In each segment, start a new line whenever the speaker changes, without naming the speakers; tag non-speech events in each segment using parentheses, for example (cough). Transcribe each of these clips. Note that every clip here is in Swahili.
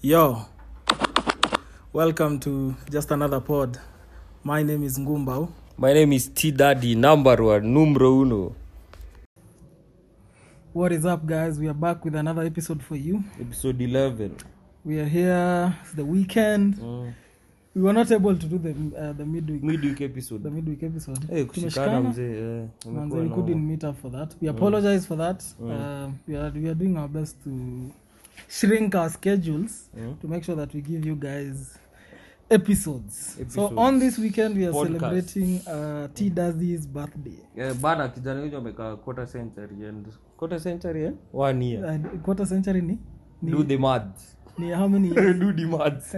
Yo, welcome to just another pod. My name is Ngumbao.
My name is T Daddy, number one, numero uno.
What is up, guys? We are back with another episode for you.
Episode 11.
We are here. It's the weekend.
Mm.
We were not able to do the uh, the midweek
Midweek
the
episode.
midweek episode.
Hey, Eh, kushikana
Tumeshikana.
mzee. eh,
Manze,
umekuwa
we
na-
couldn't meet up for that. We apologize for that. Uh, we are we are doing our best to shrink our schedules to make sure that we give you guys episodes. So
Episodes.
on this weekend we are
Podcasts.
celebrating uh, T Dazzy's birthday.
Eh, bana kijana huyo amekaa quarter century and quarter century eh? one year.
Uh, quarter century ni,
Do the math.
ni how many years?
(laughs) Do the math.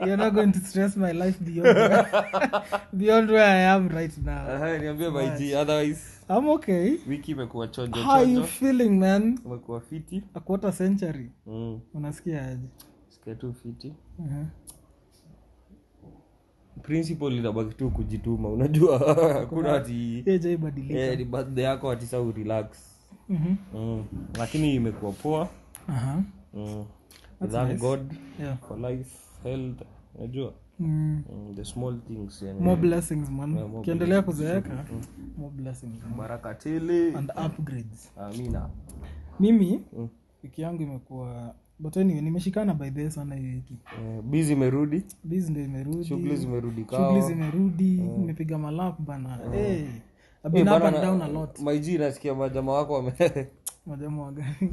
You're not going to stress my life beyond where, (laughs) beyond where I am right now.
Aha, niambie my G, otherwise
I'm okay.
wiki imekuwa chonjo
How are you
chonjo.
feeling, man?
Imekuwa fiti.
A quarter century.
Mm.
Unasikia aje?
Sikia tu fiti.
Uh-huh.
Principal inabaki tu kujituma. Unajua (laughs) hakuna
(laughs)
ati
Yeah, jaibadilika.
eh, ni birthday yako ati sasa urelax.
Mhm.
Mm. Lakini imekuwa poa.
Aha.
Mm. We Thank God
Uh-huh. Yeah.
for life, health, unajua
Mm.
mm, the small things yani.
More blessings,
Mm. Yeah,
man.
more Mm.
Ukiendelea kuzeeka, more blessings
Baraka tele.
and upgrades.
Amina.
Mimi
Mm.
wiki yangu imekuwa but anyway, nimeshikana by the way sana hii wiki.
Eh, busy imerudi,
Biz ndio imerudi.
shughuli zimerudi
shughuli
kao.
zimerudi nimepiga malap bana hey, I've
Mm. Eh,
been up
bana,
and down a lot
Maiji nasikia majama wako wame (laughs)
majamu wa gari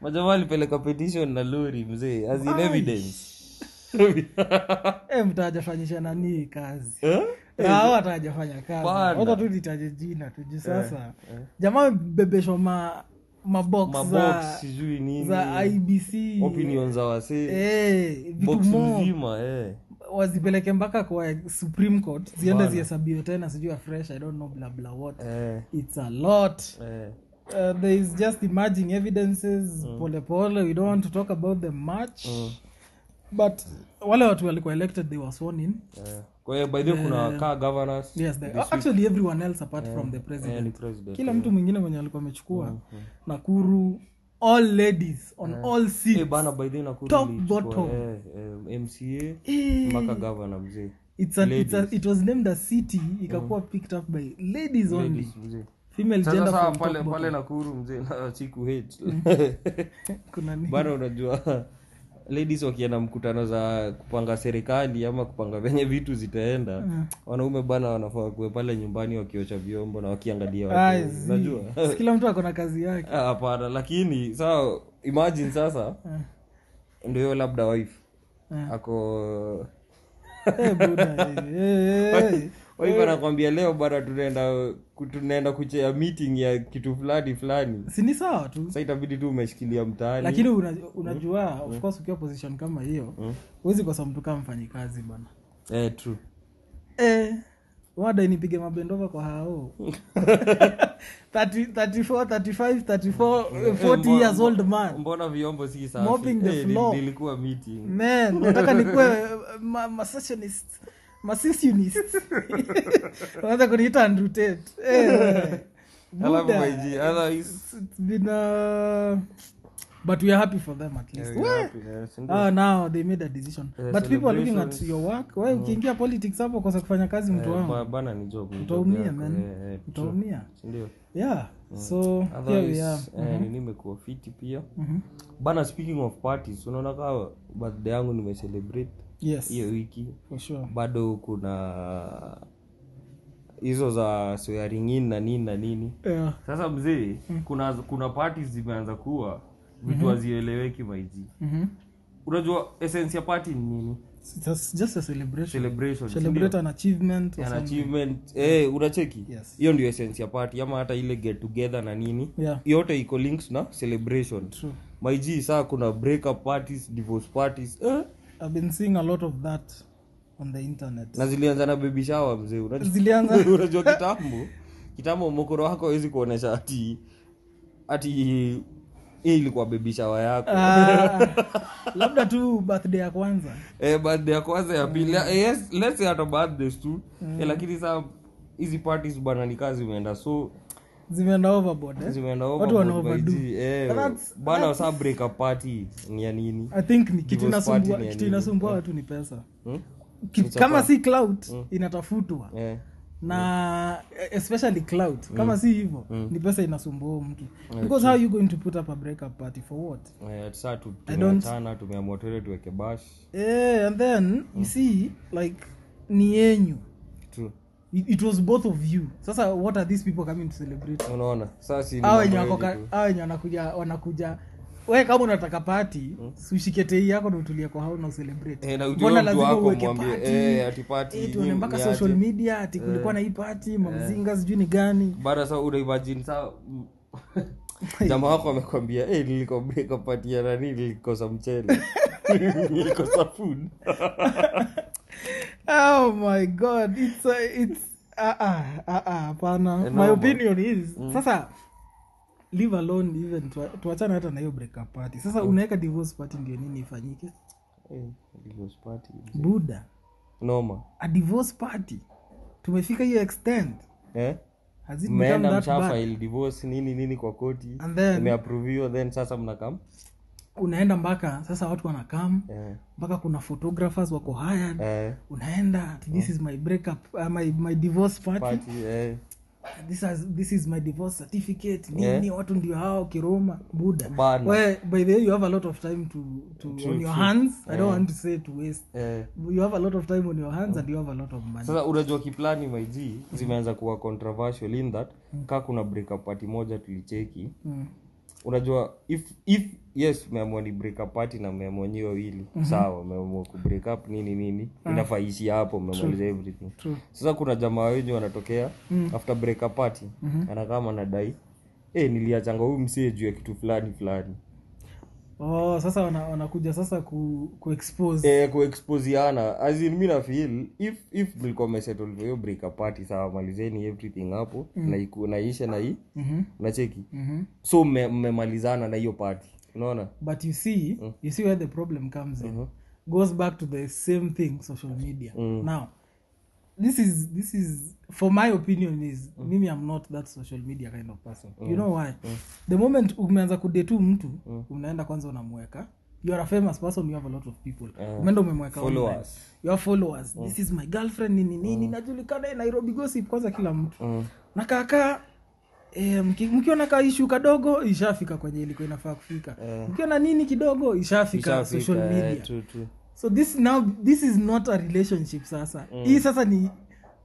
majama walipeleka petition na lori mzee as in
Ai. (laughs)
evidence.
(laughs) Eh, mtu hajafanyisha nani kazi
Eh? Eh,
Hao hata hajafanya kazi
Bana.
wacha tu nitaje jina tuji sasa jamaa amebebeshwa ma mabox
Mabox
za,
sijui nini.
za ibc
Opinion za wasee.
Eh, vitu
Box
mo
mzima eh.
wazipeleke mpaka kwa supreme court ziende
Bana.
zihesabiwe tena sijui afresh i don't know blah blah what
Eh.
it's a lot
Eh.
uh, there is just emerging evidences pole pole we don't want to talk about them much but wale watu walikuwa elected they were sworn in
eh. Kwa hiyo by the way
Eh.
kuna car governors.
yes they, actually everyone else apart from the president
Eh, ni president.
kila mtu mwingine mwenye alikuwa amechukua nakuru all ladies on all seats
Eh, bana by the way Nakuru
Top
ilichukua,
bottom.
eh, eh, mca
Eh,
mpaka gavana mzee
it's an, it's a, it was named a city ikakuwa picked up by ladies only
Ladies mzee.
female
Sasa
gender
sawa,
from
pale
top
pale nakuru mzee na
(laughs)
chiku hate.
bottom. kuna ni
(laughs) bana unajua ladies wakienda mkutano za kupanga serikali ama kupanga venye vitu zitaenda
Ah.
wanaume bana wanafaa kuwe pale nyumbani wakiosha vyombo na wakiangalia watu.
Ah, zi.
unajua (laughs)
kila mtu akona kazi yake
Ah, hapana lakini sawa imagine sasa
Ah.
ndio hiyo labda wife ako
Eh, buda, eh, eh, eh.
(laughs) Wife anakwambia leo bana tunaenda tunaenda kuchea meeting ya kitu fulani fulani
si ni sawa tu
sa itabidi tu umeshikilia mtaani
lakini
Mm.
una- unajua of course ukiwa position kama hiyo huwezi kosa mtu kama mfanyikazi bana
eh, true.
eh, wada nipige mabendova kwa
(laughs)
hao 30, 34, 35,
Mm.
34,
Eh,
40 years old man
mbona vyombo si safi?
Mopping the
Eh, nil-
floor.
nilikuwa meeting
man nataka nikuwe eh, ma, masessionist
(laughs)
masessionist unaweza kuniita Andrew Tate eh,
alafu
Buddha.
maiji otherwise
it's been uh, but we are happy for them at least
eh, we are happy, eh, si ndio?
ah, now they made a decision
Eh,
but people are looking at
celebrations. Mm.
your work we ukiingia politics hapo kosa kufanya kazi mtu
Eh,
wangu
ba- bana ni job ni job
utaumia
yako,
man
eh, eh, true.
utaumia
Si ndio?
yeah so here we
Otherwise,
are
Mm.
Uh-huh. Mm-hmm.
eh, nini imekuwa fiti pia bana speaking of parties unaona kaa birthday yangu nimecelebrate
yes
hiyo wiki
for sure
bado kuna hizo za swearing in na nini na nini
yeah
sasa mzee kuna kuna parties zimeanza kuwa vitu hazieleweki maiji
mhm.
unajua essence ya party ni nini
It's just- just a celebration
celebration si ndio?
celebrate an achievement or
An
something.
achievement eh unacheki hiyo
Yes.
ndio essence ya party ama hata ile get together na nini
yeah
yote iko links na celebration
true
maiji saa kuna breakup parties divorce parties eh?
i've been seeing a lot of that on the internet
na zilianza na baby shower mzee unajua
zilianza
(laughs)
(laughs)
unajua kitambo kitambo mokoro wako awezi kuonesha ati ati hii ilikuwa baby shower yako
Ah, labda tu birthday ya kwanza
eh, birthday ya kwanza ya pili
Mm.
eh, yes, let's say hata birthdays tu eh, lakini saa hizi parties bana ni kazi imeenda so
zimeenda overboard eh?
zimeenda
Watu
overboard
wana
by
overdo.
G, eh,
That's-
bana saa break up party ni ya nini
i think ni kitu
Divorce
inasumbua
party ni ya
kitu
nini?
inasumbua watu ni pesa
hmm?
Ki-
It's a
kama
fact.
si clout
Mm.
inatafutwa
eh.
na especially clout
Mm.
kama si hivyo ni pesa inasumbua mtu because how you going to put up a breakup party for what
Eh, saa tu-
I don't-
tumeachana tumeamua tuende tuweke bash
eh, and then
Mm.
you see like ni yenyu
True.
it, it was both of you sasa what are these people coming to celebrate
unaona saa si ni
Hao wenye
mambo
wako ka-
yetu tu.
hao wenye wanakuja wanakuja we kama unataka pati ushike tei yako na utulie kwa hao na ucelebrate
Hmm? Eh, na ujue
mbona
mtu
lazima
wako
uweke
umwambie,
party?
eh, ati party
Eh, tuone
ni-
mpaka
ni
social
aje. Eh.
media ati kulikuwa na hii pati mamzinga sijui ni gani
bana saa unaimajini (laughs) saa jama wako amekwambia "Eh, hey, nilikwambia kapatia nani nilikosa mchele (laughs) nilikosa food
oh my god it's a, it's ah ah ah ah pana
Eh, Hmm.
my
no,
opinion is sasa leave alone even tua- tuachane hata na hiyo breakup party sasa
Hmm.
unaweka divorce party ndio nini ifanyike
Eh, divorce party.
buda
noma
a divorce party tumefika hiyo extent
eh?
Has it become
mmeenda
that bad?
mshafail divorce nini nini kwa koti
And then-
imeaproviwa then sasa mnakam
unaenda mpaka sasa watu wanakam
eh.
mpaka kuna photographers wako hired
eh.
unaenda ati this is my breakup uh, my, my divorce party,
party eh.
This, has, this is my divorce certificate nini
Yeah.
watu ndio hao kiroma buda
Bana.
Wewe, by the way you have a lot of time to, to on your hands i don't want to say to waste
Eh.
you have a lot of time on your hands and you have a lot of money
sasa unajua kiplani maiji zimeanza kuwa controversial in that kaa kuna breakup party moja tulicheki
mm.
unajua if if yes umeamua ni break up party na umeamua nyi wawili
Mm-hmm.
sawa umeamua ku break up nini nini inafaa ishi hapo umemaliza everything
Ah. True. Mm.
sasa kuna jamaa wenye wanatokea after break up party
Mm-hmm.
anakama nadai hey, "Eh, niliachanga huyu msee juu ya kitu fulani fulani
oh sasa wana- wanakuja sasa ku, ku expose
eh, kuexposiana azin mi nafil if if mlikuwa mesettle for hiyo break up party sawa malizeni everything hapo
Mm.
na iku- naishe na hii
Mhm.
nacheki
Mhm.
so mme- mmemalizana na hiyo party unaona
but you see you see where the problem comes in goes back to the same thing social media now this is this is for my opinion is mimi i'm not that social media kind of person you know why the moment umeanza kudetu mtu unaenda kwanza unamweka you are a famous person you have a lot of people umeenda umemweka
Followers. Mm.
online. you have followers this is my girlfriend nini nini najulikana nairobi gossip kwanza kila mtu
mm.
na kaka e, mkiona kaishu kadogo ishafika kwenye ilikuwa inafaa kufika mkiona nini kidogo ishafika social
Eh. Ishafika, eh,
media
true, true.
so this now this is not a relationship sasa
Mm.
hii sasa ni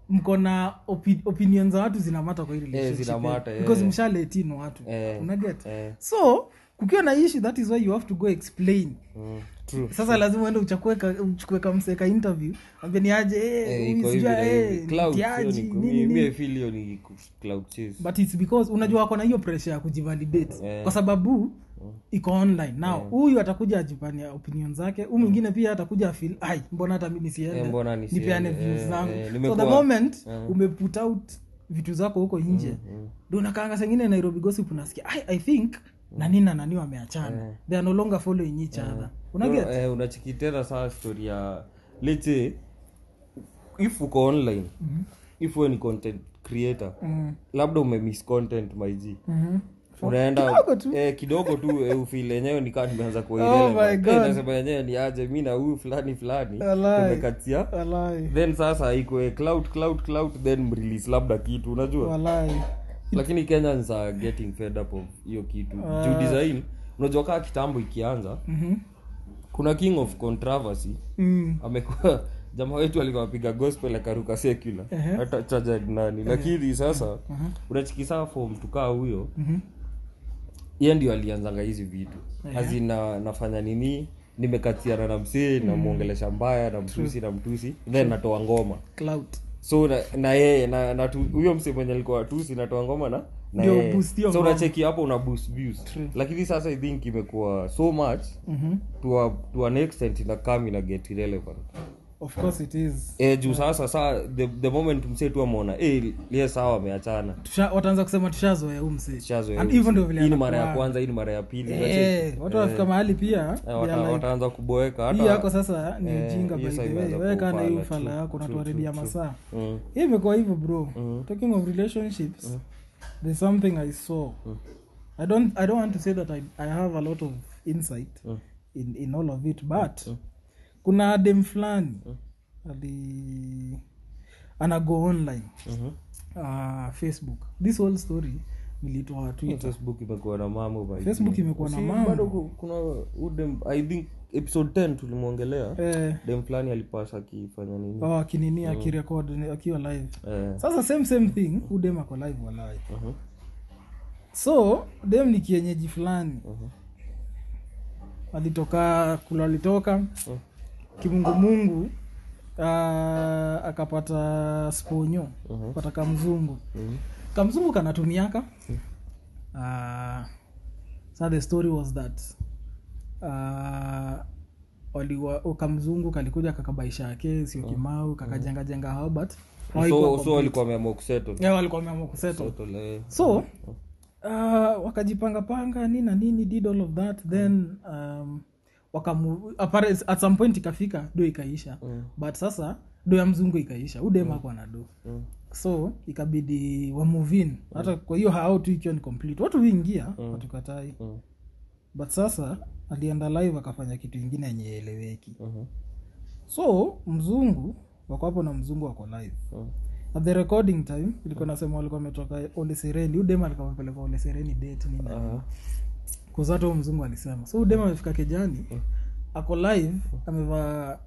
mko na opi, opinion za watu zinamata kwa hii relationship
zina
eh,
matter, eh.
because mshaletino watu
Eh,
unaget
eh.
so kukiwa na issue that is why you have to go explain
Mm, true.
sasa lazima uende uchakue ka- uchukue kamseka interview ambie ni aje
Eh,
eh, huyu
iko hivi
sijui,
na hivi.
eh,
Cloud
mtiaji,
sio ni ku-
nini,
mi-
nini.
mi I feel hiyo ni ku- cloud chase.
but its because unajua wako na hiyo pressure ya kujivalidate
Yeah.
kwa sababu
Mm.
iko online
Eh.
now huyu atakuja ajipania opinion zake huyu mwingine pia atakuja afil ai mbona hata mi
Mm. Eh,
nisiende
mbona nisiende,
nipeane views
eh,
zangu
eh,
so
nimekuwa- Eh.
the moment umeput out vitu zako huko nje
Mm,
ndio unakaanga sengine nairobi gossip unasikia "Ai, i think nani na nani wameachana they are no longer following each other unaget
No, eh, unacheki tena saa story ya let's say if uko online
Mm-hmm.
if wewe ni content creator
Mm.
labda umemiss content maiji unaenda
Kidogo tu.
eh, kidogo tu eh, ufeel enyewe nikaa nimeanza kuwa
Oh
irrelevant.
my
Eh,
God.
nasema enyewe ni aje mi na huyu fulani fulani
Alai.
tumekatia
walai
then sasa ikwe cloud cloud cloud then mrelease labda kitu unajua
walai
lakini kenya ni saa getting fed up of hiyo kitu juu design unajua kaa kitambo ikianza
Ah. Mhm.
kuna king of controversy
Mm.
amekuwa jamaa wetu alikuwa apiga gospel akaruka secular hata chaja nani lakini sasa unachiki saa form tukaa huyo yeye ndio alianzanga hizi vitu azina nafanya nini nimekatiana na msee
Mm.
namwongelesha mbaya na mtusi na mtusi then natoa ngoma
clout
so na, na yeye na na tu- huyo mse mwenye alikuwa tusi natoa ngoma na na
Ndio
yeye.
boost hiyo
so
ngoma.
unacheki hapo una boost views lakini sasa i think imekuwa so much
Mhm.
to, a, to an extent ina come ina get irrelevant
of course it is
eh juu sasa saa the, the moment mse tu ameona eh liye sawa ameachana
Tusha- wataanza kusema tushazoea huu msee.
Shazo,
And
eh,
hivyo ndio vile
hii ni mara ya
anakuwa.
kwanza hii ni mara ya pili
Eh,
unacheki?
watu wanafika mahali pia
Eh,
they are
wata-
like,
wataanza kuboeka
hii
hata
yako sasa ni
eh,
ujinga
hii
by
sasa
the way
imeanza
wewe kana
kuufala,
hiyo ufala
true,
yako
true,
natuaribia
true,
masaa
Mm.
hii imekuwa hivyo bro talking of relationships there's something i saw i don't i don't want to say that i, I have a lot of insight in, in all of it but kuna dem fulani ali anago online
mm-hmm.
uh, facebook this whole story nilitoa
Mm.
twitter
facebook imekuwa na mambo by the
facebook
way.
imekuwa na
Si,
mambo.
bado ku- kuna udem i think episode 10 tulimwongelea
eh,
dem fulani alipasa akifanya nini
oh, akinini akirekod akiwa live
Eh,
sasa same same thing udem ako live walai
mhm,
so dem ni kienyeji fulani
Mhm.
alitoka kula alitoka
Mm.
kimungumungu uh, akapata sponyo
Mhm.
pata kamzungu
mhm, Mm.
kamzungu kanatumiaka uh, so the story was that uh, waliwa, o kamzungu kalikuja kakabaisha yake sio kimau kakajengajenga hao but
Mm. so
hawaikuwa
so walikuwa wameamua kusettle.
yeah, walikuwa wameamua kusettle
Settle, eh.
so uh, wakajipangapanga nini na nini did all of that then um, wakamu, apparent- at some point ikafika do ikaisha
Mm.
but sasa do ya mzungu ikaisha udemakwa na do
Mm,
so ikabidi wamuvin hata kwa hiyo hao tu ikiwa ni complete watu huingia watukatai
mm,
but sasa alienda live akafanya kitu ingine yenye eleweki
mhm,
so mzungu wako hapo na mzungu wako live
mm,
at the recording time ilikuwa nasema walikuwa wametoka olesereni udema alikuwa amepeleka olesereni date nini na nini.
aha,
Kuza hata huyo mzungu alisema so udema amefika kejani
Mm.
ako live amevaa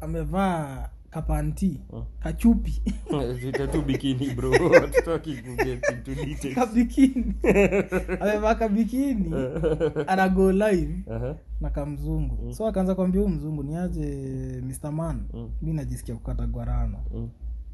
amevaa kapanti
Mm. (laughs)
kachupi
Tuita tu bikini bro (laughs) hatutaki kuget into details.
kabikini
(laughs)
amevaa kabikini ana go live
Aha,
na kamzungu so akaanza kuambia huu mzungu ni aje mr man
Mm.
mi najisikia kukata gwarano
mm.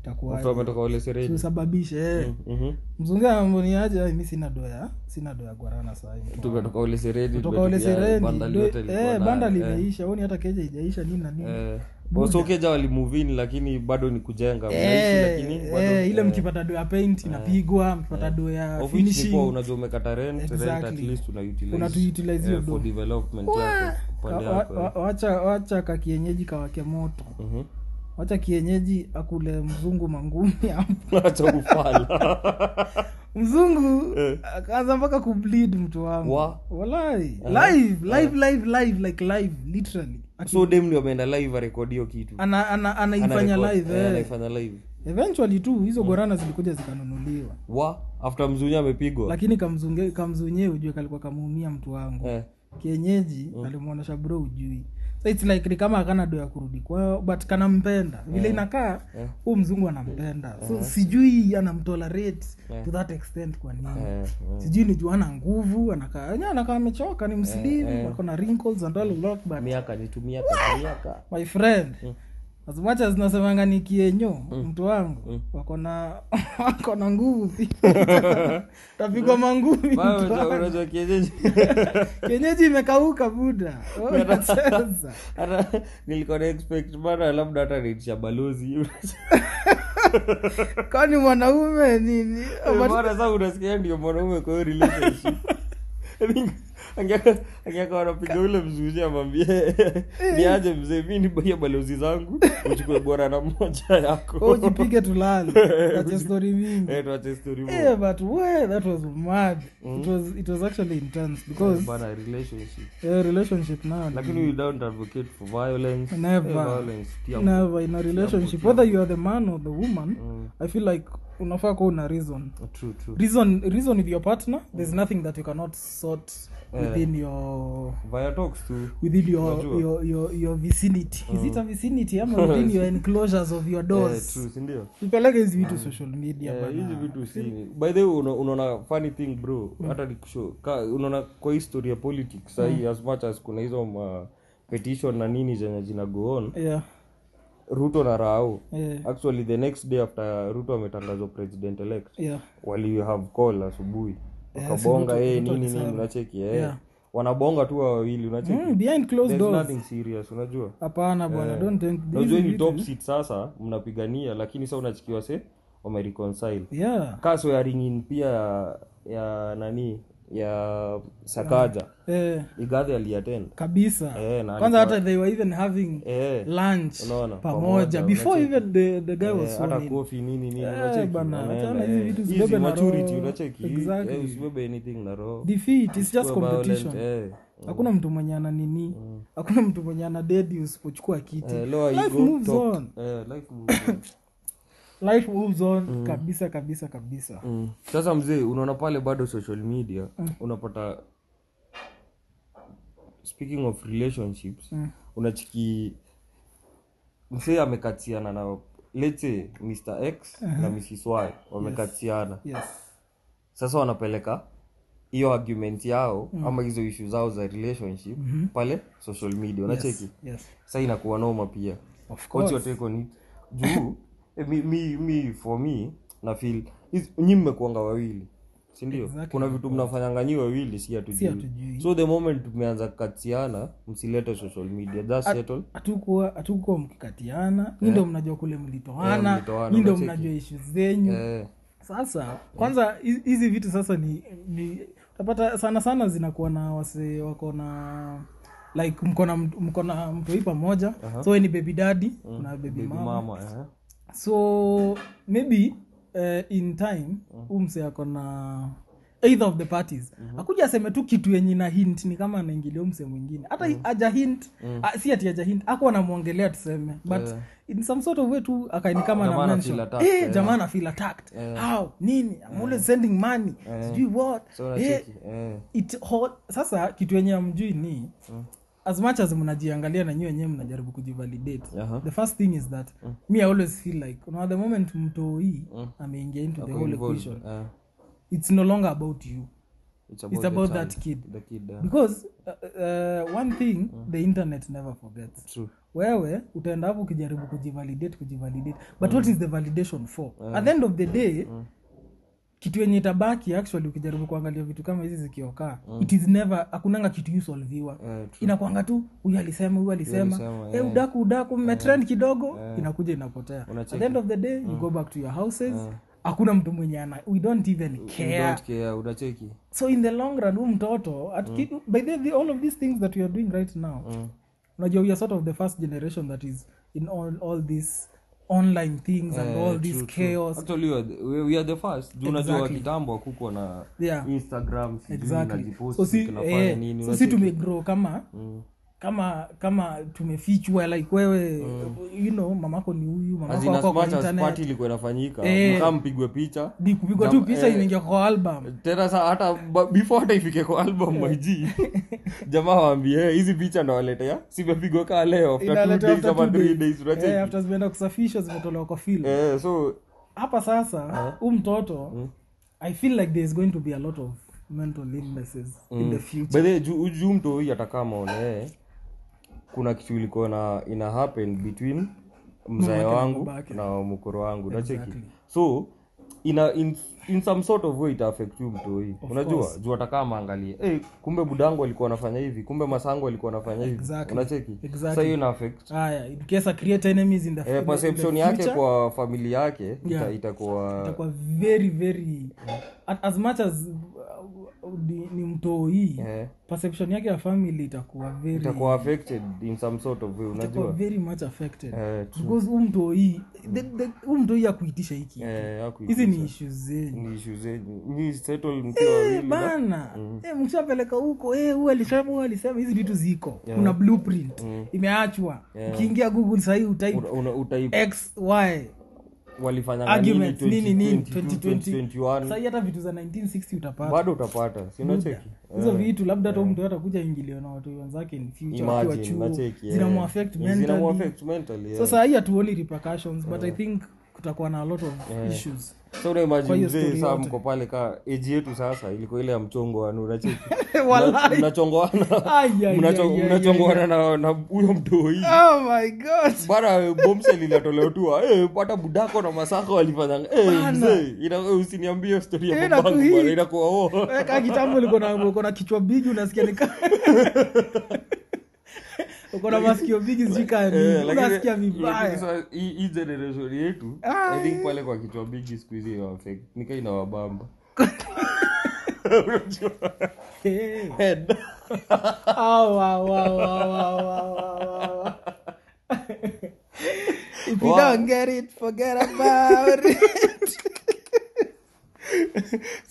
Watu
takuwa
wametoka wale sereni
usababishe eh.
Mhm.
mzungu amboniaje mi sina doya sina doya gwarana sahi
tukatoka ule sereni
kutoka
tumetulia,
ule sereni
banda liote
do-
lilikuwa
eh,
na-
banda
eh,
limeisha uni hata keja ijaisha nini na nini
eh. Oh, so keja walimuvini lakini bado ni kujenga Mnaishi,
Eh,
lakini bado-
eh, ile
eh,
mkipata do ya paint inapigwa mkipata do ya
of which ni kuwa
finishing
unajua umekata rent, rent
Exactly.
at least unautilize,
Unatuutilize hiyo
eh, for
do.
development yako, upande
Wa-
yako, eh.
wa- wacha wacha kakienyeji kawake moto
Mhm. (laughs)
wacha kienyeji akule mzungu mangumi hapo
Acha
(laughs)
ufala.
mzungu
Eh.
akaanza mpaka kubleed mtu wangu
Wa- Eh.
walai live live live live like live literally Aki-
so dem ndio ameenda live arekodi hiyo kitu
ana- ana- anaifanya
Anarekod-
live
eh, Mm.
eh.
anaifanya live
eventually tu hizo gorana zilikuja zikanunuliwa
wa after mzunya amepigwa
lakini kamzunge- kamzunye ujue kalikuwa kamuumia mtu wangu
Eh,
kienyeji alimwonyesha bro ujui so its like ni kama akana do ya kurudi kwao but kanampenda vile inakaa huu mzungu anampenda so sijui anamtolerate to that extent kwa nini
eh,
sijui ni juu ana nguvu anakaa yenyewe anakaa amechoka ni mslimu ako na wrinkles and all of that, but
miaka ni tu miaka ni miaka
my friend as much as nasemanga ni kienyo mtu wangu wako na (laughs) wako na nguvu (laughs) pia tapigwa mangumi
Bado
(laughs)
unajua- unajua kienyeji
kienyeji imekauka buda Oh, (laughs) unacheza.
hata nilikuwa na expect bana labda hata nitisha (laughs) balozi
kwani mwanaume nini
Eh, bana sasa unasikia ndio mwanaume kwa hiyo relationship Yaani, angeaka wanapiga ule mzuzi amwambie niaje mzee mi nibaia balozi zangu uchukue bora na moja
Wewe
yako
ujipige tulale acha story mingi
(laughs) Eh, tuache story mo-
Eh, but we, that was mad it, was, it was actually intense because
Mm. Eh, bana relationship
eh, relationship nayo ni-
lakini we don't advocate for violence
Never.
Eh, violence pia
never in a relationship whether you are the man or the woman
Mm.
i feel like unafaa kuwa una reason
true true
reason reason with your partner
Mm.
there's nothing that you cannot sort within your
via talks tu
within your
Eh. Unajua. Mm.
your, your, your vicinity is it a vicinity ama
(laughs)
within your enclosures of your
eh,
doors
true sindio
tupeleke hizi vitu social media
Eh,
bana.
hizi vitu si by the way una- unaona funny thing bro
Mm.
hata nikusho unaona kwa history ya politics sahii as much as kuna hizo ma petition na nini zenye zina go on
yeah
ruto na rao
yeah
actually the next day after ruto ametangazwa president elect
yeah
wali have call asubuhi
Eh,
wakabonga
si Ruto-
eh,
Ruto
nini nini
alisema.
unacheki eh.
Yeah.
wanabonga tu hao wawili unacheki
mm, behind closed
There's
doors
nothing serious unajua
hapana bwana don't think
unajua ni top seat sasa mnapigania lakini sasa unachikiwa se wamereconcile
yeah
ka swearing in pia ya, ya nani ya sakaja
eh,
igadhi aliatend
kabisa
Eh, na
kwanza
alikuwa-
hata they were even having
Eh,
lunch
unaona,
pamoja
pamoja,
before
unacheki.
even the, the guy was
Eh,
sworn
hata
in.
kofi nini nini,
Eh,
unacheki,
bana,
unaenda,
achana hizi
eh.
vitu
Hizi
zibebe na
maturity,
roho.
unacheki,
Exactly.
eh, usibebe anything na roho
defeat is just
Usiwe violent,
competition
eh.
hakuna mtu mwenye ana nini hakuna mtu mwenye ana dedi usipochukua kiti
Mm. Eh, lower
life
ego,
moves
top.
on
Eh, life moves on.
life moves on kabisa kabisa kabisa
Mm. sasa mzee unaona pale bado social media unapata speaking of relationships
Mm.
unachiki mzee amekatiana na let's say mr x na mrs y wamekatiana
Uh-huh. yes
sasa wanapeleka hiyo argument yao
Mm.
ama hizo ishu zao za relationship pale social media unacheki
Mm-hmm. yes
sa inakuwa noma pia
Of
What's your take on it? juu eh, mi, mi, mi for me na feel is- nyi mmekuanga wawili sindio
Exactly.
kuna vitu mnafanyanga nyi wawili si
hatujui.
hatujui so the moment tumeanza kukatiana msilete social media that's settled
hatukuwa hatukuwa mkikatiana ni ndo mnajua kule
Eh,
mlitoana
mlitoana,
ni ndo
unacheki.
mnajua ishu zenyu
eh,
sasa kwanza hi- hizi vitu sasa ni, ni utapata sana sana zinakuwa na wase wako na like mkona mkona mtoi pamoja uh-huh. so we ni baby daddy mm. na baby,
baby
mama.
mama eh.
so maybe uh, in time
Mm.
huu mse ako na either of the parties
Mm-hmm.
akuja aseme tu kitu yenye na hint ni kama anaingilia huu mse mwingine hata mm aja hint a, si ati aja hint aku anamwongelea tuseme but in some sort of way tu akaini kama
Eh. Ah, Jamaa
na mention.
anafeel attacked,
eh,
eh.
jamaa na feel attacked how nini I'm always sending money sijui what
so
eh,
unacheki eh.
it hol- sasa kitu yenye amjui ni
Mm.
as much as mnajiangalia na nyi wenyewe mnajaribu kujivalidate
Aha. Mm.
the first thing is that me i always feel like now the moment mtoi ameingia into the
Ako
whole
involved,
equation
eh.
it's no longer about you
It's
it's
the
about
child,
that kid.
the kid eh.
because uh, uh, one thing
Mm.
the internet never forgets
True.
wewe utaenda hapo ukijaribu kujivalidate kujivalidate but what
Mm.
is the validation for at the end of the day kitu yenye itabaki actually ukijaribu kuangalia vitu kama hizi zikiokaa
Mm.
it is never hakunanga kitu usolviwa
Eh, true.
inakwanga tu huyu alisema huyu alisema
alisema,
eh,
eh.
udaku udaku mmetrend kidogo inakuja inapotea at
Unacheki. Mm.
the end of the day you go back to your houses hakuna mtu mwenye ana we don't even
You
care
don't Mm. care, unacheki
so in the long run huu mtoto at ki- by the, the, all of these things that we are doing right now
Mm.
unajua we are sort of the first generation that is in all, all these online things and
Eh,
all this chaos
Actually, we are the- we- we are the first Juu unajua
Exactly.
kitambo hakukuwa na
Yeah.
instagram sijui
exactly
unajipost,
so si,
unafanya
eh,
nini,
so si
unacheki. Mm.
tumegrow kama kama kama tumefichwa like wewe you know mamako ni huyu
Mm. As
mamako
in, as
wako kwa
much as party
internet
ilikuwa inafanyika
Eh.
mkaa mpigwe picha
ni kupigwa tu picha
eh,
inaingia kwa album
tena sa hata ba- before hata ifike kwa album
Eh. (laughs)
maiji jamaa waambie "Eh, hizi picha ndo waletea simepigwa kaa leo after two
Inaletewa
days
after
ama
two
three
days.
days, unacheki.
Eh, after zimeenda kusafishwa zimetolewa kwa film
Eh, Mm. so
hapa sasa huu mtoto i feel like there's going to be a lot of mental illnesses in
Mm.
the future
by the way, juu juu mtu huyu hata kama one kuna kitu ilikuwa na ina happen between mzae
Mamake na
wangu
babake.
na mkoro wangu nacheki
Exactly.
so ina in, in some sort of way ita affect you mtu huyu unajua
course.
juu hata kama angalie hey, Eh, kumbe budangu alikuwa anafanya hivi kumbe masangu alikuwa anafanya hivi
Exactly.
unacheki
Exactly.
Sasa hiyo ina affect
haya in case I create enemies in the, in the-
eh,
in the
perception yake
future,
kwa familia yake ita-
Yeah.
itakuwa
itakuwa very very at, as much as uh, ni, ni mtoii
eh,
perception yake ya family itakuwa very
itakuwa affected in some sort of way
itakuwa
unajua
very much affected
Eh, true.
because huu mtoii the- the- huu mtoii akuitisha hiki
Eh, hakuitisha.
hizi ni issues zenyu
ni ishu zenyu ni settle mkiwa
Eh,
wawili na- Mm.
bana Eh, mkishapeleka huko eh, huyu alisema huyu alisema hizi vitu ziko kuna blueprint
Mm.
imeachwa ukiingia google sahii utai
una- una-
Eh,
utai-
xy
walifanyanga nini
arguments nini nini
2022,
2020
2021,
sahii hata vitu za 1960 utapata
bado utapata si unacheki Eh,
hizo vitu labda hata mtu atakuja ingilio na watu wenzake in future wakiwa
Imagine,
chuo
unacheki, eh.
zinamuaffect
Zina
mentally
muaffect mentally, eh.
so sahii hatuoni repercussions but i think kutakuwa na a lot of
(laughs)
issues
So una imagine
kwa hiyo
mzee
story
saa
yote.
mko pale ka eji yetu sasa ilikuwa ile ya mchongo wanu unacheki
(laughs) Wallahi.
mnachongoana
Ai, ai,
mnacho-
ai, ai,
mnachongoana na- na huyo mtoi
oh my god
bana bomse linatolewa tu eh, pata budako na masako walifanyanga eh, mzee ina- usiniambie stori
Eh,
ya
na
babangu
kuhit.
bana inakuwa oh.
Wewe kaa kitambo uliko na uko na kichwa bigi unasikia ni
(laughs)
kama (laughs) uko na masikio bigi sijui kaa nini,
Eh, lakini-
unasikia
lakini
vibaya
sasa hii hii generation yetu
Ah,
i think pale kwa kichwa bigi siku hizi nika inawabamba unajua
Hey. (laughs)
head
Au, au, au, au, au, au, au, au. If you
Wow.
don't get it, forget about
(laughs)
it.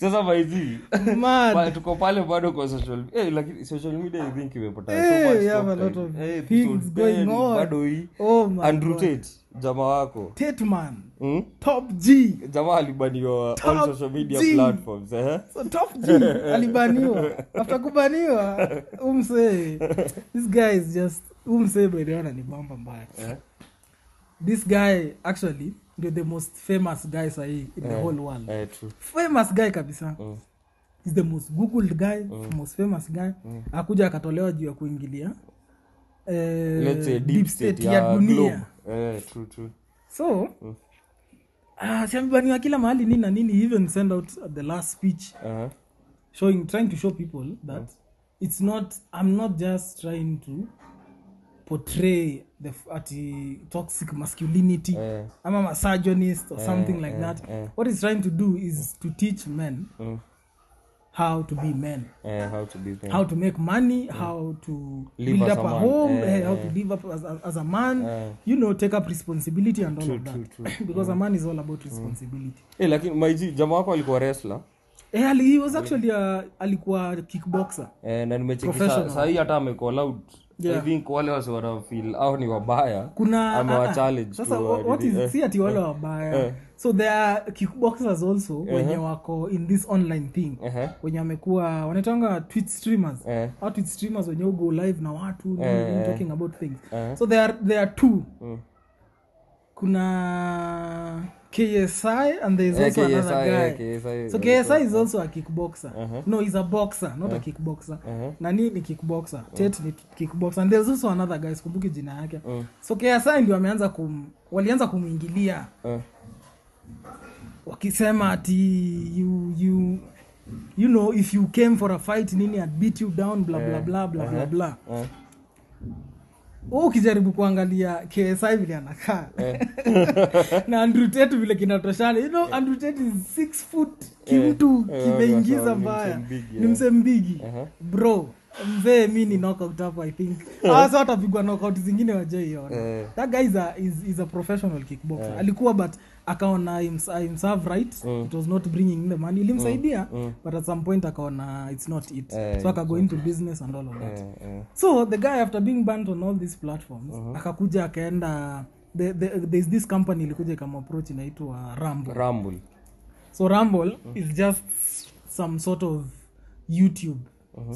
sasa maizi
Mad.
pa- tuko pale bado kwa social media eh, lakini social media i think imepata
Hey,
so much
Eh, we have
talk
a lot
time.
of
Eh,
things
episode
going
10,
on.
bado hii
Oh my
Andrew
God.
Tate, jamaa wako
Tate man.
mm?
Top G.
jamaa alibaniwa all
Top
social media
G.
platforms eh?
So Top
(laughs)
G alibaniwa. After kubaniwa, umsee. This guy is just umsee by the ni bamba mbaya.
Eh?
This guy actually ndio the most famous guy sahi in the
Eh,
whole world.
eh, true.
famous guy kabisa
Mm.
is the most googled guy most famous guy
Mm.
akuja akatolewa juu ya kuingilia eh,
Let's say deep state ya globe. Mm. Eh, true, true.
so ah, si amebaniwa kila mahali nini na nini he even send out the last speech
Eh,
showing trying to show people
Mm-hmm.
that it's not i'm not just trying to portray the f- ati toxic masculinity
eh,
i'm a misogynist or something like that
eh.
what he's trying to do is to teach men
mm,
how to be men
eh, how to be there.
how to make money how to
Mm. Live
build
as
up
a
a,
man.
home
Eh,
eh, how
eh.
to live up as, as a man
Eh.
you know take up responsibility and all
True,
of that
true, true.
(coughs)
Mm.
because a man is all about responsibility
Eh, lakini maiji jamaa wako alikuwa wrestler
eh, ali, he was actually a, alikuwa kickboxer
eh, na nimechekisa
Professional.
sahii hata amekuwa loud
Yeah.
i think wale wase wanafil au ni wabaya
kuna ah,
amewachallenge
sasa wha- what is si ati wale wabaya
eh.
so there are kickboxers also wenye wako in this online thing
Ehe.
wenye wamekuwa wanaitanga tweet streamers
Eh.
au tweet streamers wenye go live na watu nini,
Eh,
nini,
eh.
talking about things
Eh.
so there are, there are two
Mm.
kuna ksi and there is
Eh,
also another guy so ksi is also a kickboxer
Uh-huh.
no is a boxer not a kickboxer
Uh-huh.
nani ni kickboxer tate ni kickboxer and there's also another guy sikumbuki jina yake
Mm.
so ksi ndio ameanza kum, walianza kumwingilia
eh,
wakisema ati you, you, you know if you came for a fight nini I'd beat you down bla bla bla bla
Uh-huh.
bla bla
eh,
Wewe ukijaribu kuangalia ksi vile anakaa
Eh.
(laughs) na Andrew Tate vile kinatoshana you know Andrew Tate is six foot kimtu
Eh,
kimeingiza
sawa, ni
mbaya
msembigi,
ni
eh.
msembigi
Aha.
bro mzee mi ni knockout hapo i think Ah, hasa watapigwa knockout zingine wajaiona
Eh.
that guy is a, is, is a professional kickboxer alikuwa but akaona I ms- I himself right
Mm.
it was not bringing the money ilimsaidia but at some point akaona it's not it
Eh,
so akago into business and all of that so the guy after being banned on all these platforms
Uh-huh.
akakuja akaenda the, the, there's this company ilikuja ikamapproach inaitwa ramble
ramble
so ramble
Uh-huh.
is just some sort of youtube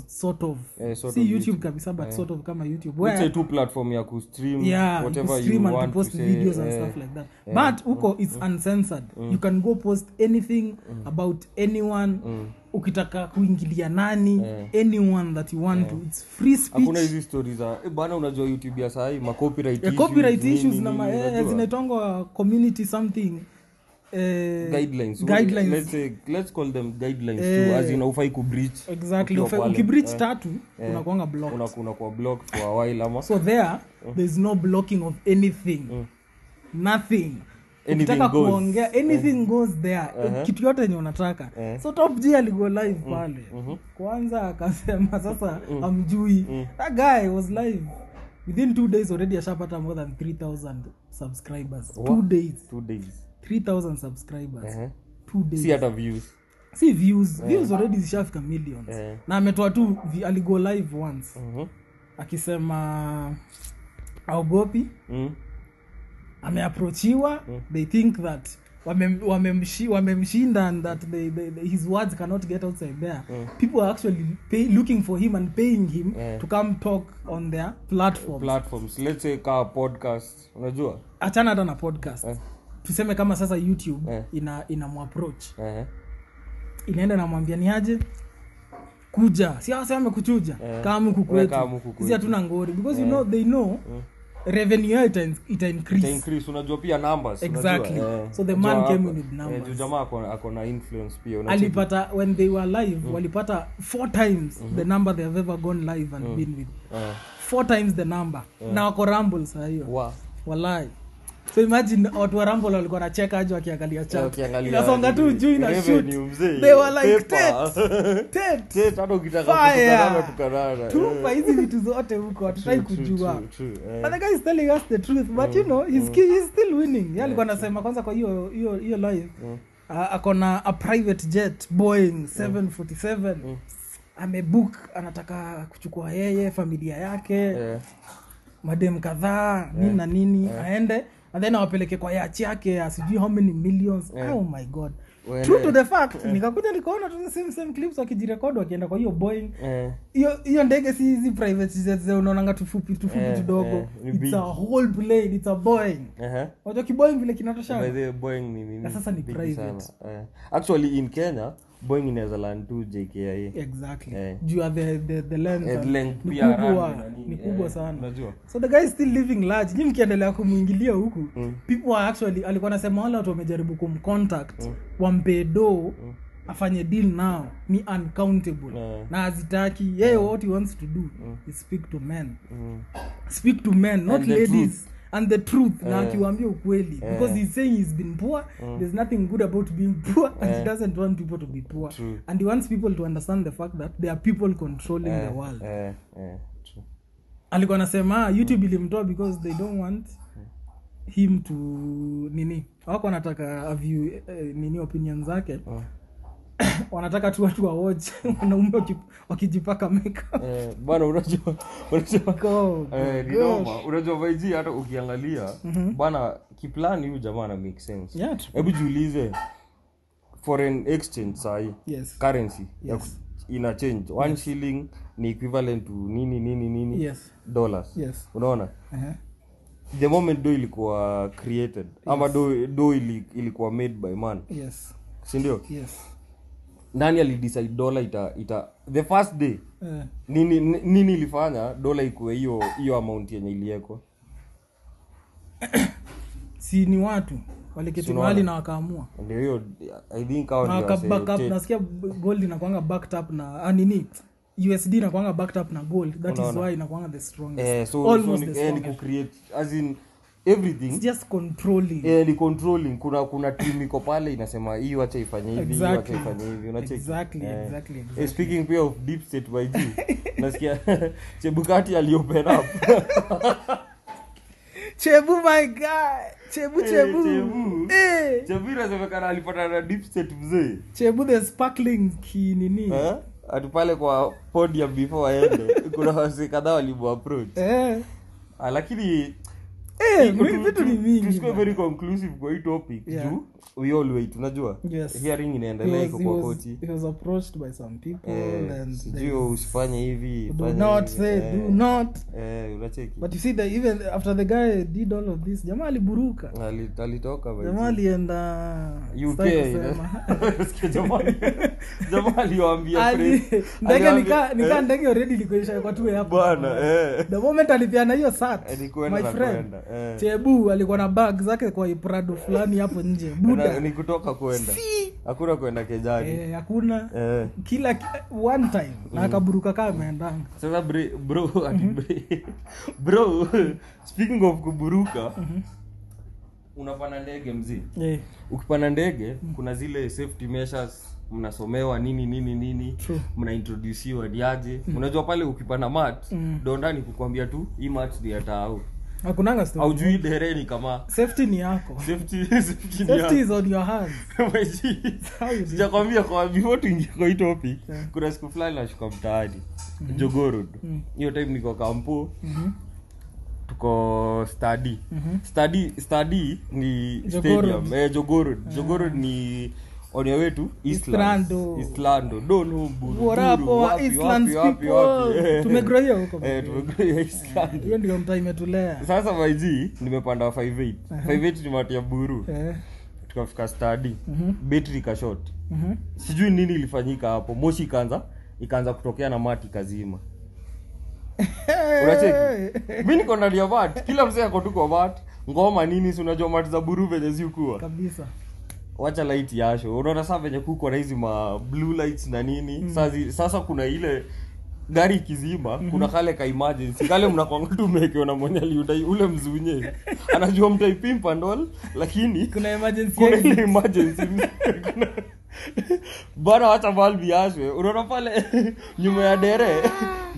sort of
Eh, sort
si
of
youtube,
YouTube.
kabisa but sort of kama youtube
Let's say
where
tu platform ya kustream
yeah you
whatever
stream
you
and
want
to post
to say, Mm.
videos and
eh,
stuff like that but huko it's uncensored
Mm.
you can go post anything about anyone
Mm.
ukitaka kuingilia nani anyone that you want to it's free speech
hakuna hizi stori za eh, bana unajua youtube ya sahii macopyright
Eh, copyright
nini,
issues
nini,
na ma- eh,
unajua?
zinaitwangwa community something eh,
guidelines
guidelines.
let's say let's call them guidelines
Eh.
too as in ufai kubreach
exactly
ukiwa
Ufe-
pale.
ukibridge
Eh,
tatu unakuanga blocked.
una Eh. kuna kwa block for a while ama
so there there's no blocking of anything nothing
Mm. Anything
Ukitaka
goes. Eh. Uh-huh.
kuongea anything goes there kitu yote yenye unataka so top g aligo live
Mm.
pale
Mm-hmm.
kwanza akasema (laughs) sasa amjui
Mm.
that guy was live within two days already ashapata more than 3000 subscribers two days
two days
3000 subscribers
Eh.
two days
si hata views
si views views already zishafika millions
Eh.
na ametoa tu vi- aligo live once
Mhm.
akisema aogopi
Mm.
ameaprochiwa they think that wamem- wamemshi- wamemshinda and that they, they, they, his words cannot get outside there people are actually pay, looking for him and paying him
Eh.
to come talk on their platform
platforms let's say kaa podcast unajua
achana hata na podcast tuseme kama sasa youtube
Eh.
ina inamwaproach
eh
inaenda namwambia ni aje kuja si awase amekuchuja
Eh.
kama huku
Wewe kama huku
kwetu
kwetu. Eh.
sisi hatuna ngori because you know they know revenue yao ita, ita
Ita
increase
increase unajua pia numbers
Exactly.
unajua, eh.
So the man
Unajua
came
hapa,
with numbers.
eh, juu jamaa ako- ako na influence pia unacheki.
alipata when they were
Mm.
live walipata four times
Mm-hmm.
the number they have ever gone live and
Mm.
been with
Eh,
four times the number na wako ramble sahiyo
wa
walai so imagine watu warambo walikuwa nacheka aje wakiangalia chat
Eh, Wakiangalia
inasonga tu juu ina
revenue,
shoot
mzee.
they were like
Paper.
"Tet, tet,
(laughs) Tet, hata ukitaka
Fire.
kutukanana, tukanana.
tupa
Eh,
hizi vitu zote huko hatutai
true, true,
kujua
true, true, eh.
But the guy is telling us the truth but you know he's, ki- he's still winning yeye alikuwa anasema kwanza kwa hiyo hiyo hiyo live ah, ako na a private jet boeing 747 amebook anataka kuchukua yeye familia yake
Eh,
madem kadhaa nini na nini aende and then awapeleke kwa yachi yake ya sijui how many millions oh my god
Uende.
true to the fact nikakuja nikaona tu the same same clips wakijirekodi wakienda kwa hiyo boeing
eh.
hiyo hiyo ndege si hizi private jets za unaonanga tufupi tufupi
Eh,
kidogo
eh, ni
it's
big.
a whole plane it's a boeing
Aha.
wacha kiboeing vile
eh, By
kinatoshana
the way, Boeing ni nini?
Na sasa ni
Big
private.
sana. Eh. Actually, in Kenya, Boeing inaweza land tu JKIA.
exactly
Eh.
juu ya the, the, the length
Eh, length
ni
pia
kubwa
runway na nini.
ni kubwa
Eh,
sana
unajua?
so the guy is still living large nyi mkiendelea kumwingilia huku
Mm.
people are actually alikuwa anasema wale watu wamejaribu kumcontact
Mm.
wampee do afanye deal nao ni uncountable
Eh.
na azitaki yeye what he wants to do is speak to men
Mm.
speak to men not
And the
ladies
truth. Eh.
and the truth na akiwaambia ukweli because he's saying he's been poor
Mm.
there's nothing good about being poor and
Eh.
he doesn't want people to be poor
True.
and he wants people to understand the fact that there are people controlling the
Eh,
world
eh, eh, true.
alikuwa anasema "Ah, youtube ilimtoa because they don't want him to nini awako wanataka aview eh, nini opinion zake (coughs) wanataka tu watu wawatch (laughs) wanaume waki- wakijipaka makeup
Eh, bana unajua (laughs) unajua
Go,
(laughs) Eh,
go,
ni
go.
noma. unajua vaiji hata ukiangalia bana kiplani huyu jamaa na make sense
Mm-hmm. Yeah, true.
hebu jiulize foreign exchange sahi
yes
currency ya
Yes.
ku- ina change one shilling ni equivalent to nini nini nini
yes
dollars
yes
unaona
uh-huh.
the moment do ilikuwa created ama do, do ili, ilikuwa made by man
yes
sindio
yes
nani alidecide dola ita, ita the first day
Eh,
nini ni- nini ilifanya dola ikuwe hiyo hiyo amount yenye iliekwa
si ni watu waliketi
Sinaona.
mahali na wakaamua
ndio hiyo i think hao
na
ndio
waka
wasee
back up
tet-
nasikia b- gold inakwanga backed up na ah, nini usd inakwanga backed up na gold that is
Unaona.
why inakwanga the strongest
eh, so, so
almost
ni,
the
eh, ni
strongest
kucreate as in everything
it's just controlling
eh, ni controlling kuna kuna team iko pale inasema hiyo acha ifanye hivi hiyo acha
Exactly.
ifanye hivi unacheki
Exactly, exactly, exactly.
Eh, speaking pia of deep state by
(laughs)
G nasikia (laughs) Chebukati aliopen up
chebu my guy chebu
Eh,
chebu
Chebu.
Eh,
Chebu inasemekana alipata na deep state mzee
chebu the sparkling ki nini
Eh? ati pale kwa podium
(laughs)
before aende kuna wasi kadhaa walimu approach
Eh,
Ah, lakini
eh,
tu-
vi- vitu
tu-
ni mingi
tusikuwe
man.
very conclusive kwa hii topic
Yeah.
juu we all wait unajua
Yes.
hearing
He
inaendelea
was-
iko
he
kwa
was-
koti
he was approached by some people
Eh,
and
sijui
they-
usifanye hivi
do
fanya
not
hivi.
say
Eh,
do not
eh, unacheki
but you see that even after the guy did all of this jamaa aliburuka
Ali- alitoka by
jamaa
juu.
alienda
UK,
sitaki kusema. (laughs)
(laughs) Sikia jamaa ali- jamaa aliwaambia
Ali-
press-
ndege
aliwaambia-
nika nika
eh,
ndege already likuisha kwa tu hapo
bwana eh.
the moment alipeana hiyo sat
Ni kuenda
my
na
friend
kuenda, eh.
chebu alikuwa na bag zake kwa iprado fulani hapo nje
Na-
buda
ni kutoka kwenda hakuna kwenda kejani
Eh, hakuna
eh. Mm.
kila ki- one time na akaburuka kaa ameendanga
sasa bre, bro (laughs) ati bre, bro (laughs) speaking of kuburuka
Mhm.
unapanda ndege mzii
Eh,
ukipanda ndege kuna zile safety measures mnasomewa nini nini nini
True. Mm.
mnaintrodusiwa ni aje unajua pale ukipanda mat donda ni kukwambia tu hii mat ni ya tau
hakunanga story
aujui dereni kama
safety ni yako
safety (laughs) safety ni
safety
(laughs) ya
is on your hands
Maji.
How you do-
sijakwambia kwa before tuingie kwa hii topic
Yeah.
kuna siku fulani nashuka mtaani Jogoo Road.
Mm.
hiyo time niko kampo
Mhm.
tuko study
Mhm.
study study ni
Jogoo
stadium
Road.
eh, jogorod jogorod ni on your way to
Islando.
Islando. Islando. Don't know Buruburu,
What up, our
wapi,
Islands
wapi, wapi, wapi.
people?
Eh.
Tumegrow hiyo huko, by
Eh,
the way.
tumegrow hiyo Islando.
hiyo ndio mtaa imetulea
sasa maji nimepanda 58 58 ni mati ya buru
Eh,
tukafika study
Mhm.
betri kashot
mhm.
sijui nini ilifanyika hapo moshi ikaanza ikaanza kutokea na mati kazima unacheki mi niko ndani ya vat kila mzee ako tu kwa vat ngoma nini si unajua mati za buru venye ziukua
kabisa
wacha light yasho unaona saa venye kuko na hizi ma blue lights na nini mm. sasa, sasa kuna ile gari ikizima mm-hmm. kuna kale ka emergency kale mnakwanga tumekewa na mwenye aliudai ule mzunye anajua mtaipimpa ndol lakini
kuna emergency
kuna
exit.
ile emergency Kuna- bana wacha valvi ashwe unaona pale (laughs) nyuma ya dere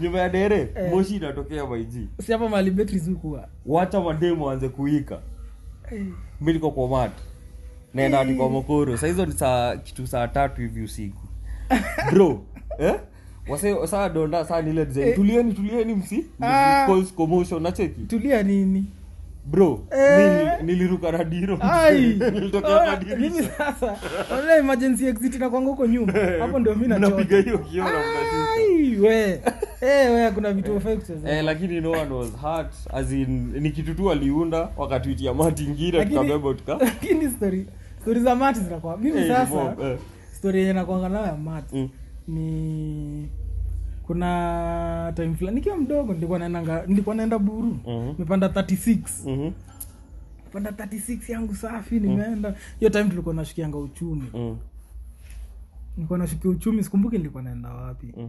nyuma ya dere moshi inatokea maiji
si hapa mali betri zikuwa
wacha mademu waanze kuika mi niko kwa mat naenda hadi kwa mokoro sahizo ni saa kitu saa tatu hivi usiku bro (laughs) eh? wase saa donda saa nile design tulieni tulieni msi
Eh. Ah.
cause commotion nacheki
tulia
(laughs)
nini
bro
Eh.
mi niliruka na diro msi.
Ai!
(laughs)
Ah,
Nilitokea
Ona,
kwa
mimi
dirisha
sasa ona emergency exit inakwanga huko nyuma hapo ndio mi
Eh. napiga
nachota
hiyo kio na mnashuka
Ai, we Eh, we kuna vitu hufai kucheza.
Eh, lakini no one was hurt as in ni kitu tu aliunda wakatuitia matingira
Lakini-
tukabeba tuka
(laughs) lakini story story za mati zinakuwa mimi
Eh, ni
sasa
mob, eh.
story yenye nakwanga nayo ya mati
Mm.
ni kuna time fulani nikiwa mdogo nilikuwa naendanga nilikuwa naenda buru
Mhm.
nimepanda 36
Mhm,
panda 36 yangu safi
Mm.
nimeenda hiyo time tulikuwa nashukianga uchumi
mhm,
nilikuwa nashukia uchumi sikumbuki nilikuwa naenda wapi
mhm,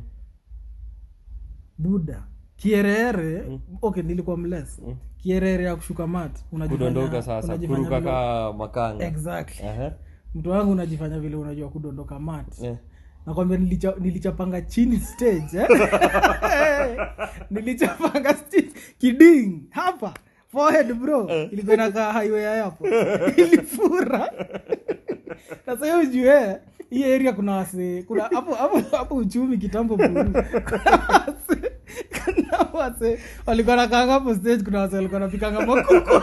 buda kiereere okay nilikuwa mles
Mm.
kiereere ya kushuka mat unajifanya-
kudondoka sasa
unajifanya
kuruka
vile-
ka makanga
exactly
Aha,
mtu wangu unajifanya vile unajua kudondoka mat
eh.
nakwambia nilicha, nilichapanga chini stage eh? nilichapanga stage kiding hapa forehead bro ilikuwa inakaa highway ya hapo ilifura sasa hiyo jue hii area kuna wase kuna hapo hapo hapo uchumi kitambo buru kuna wase kuna wase walikuwa nakaanga hapo stage kuna wase walikuwa napikanga makuku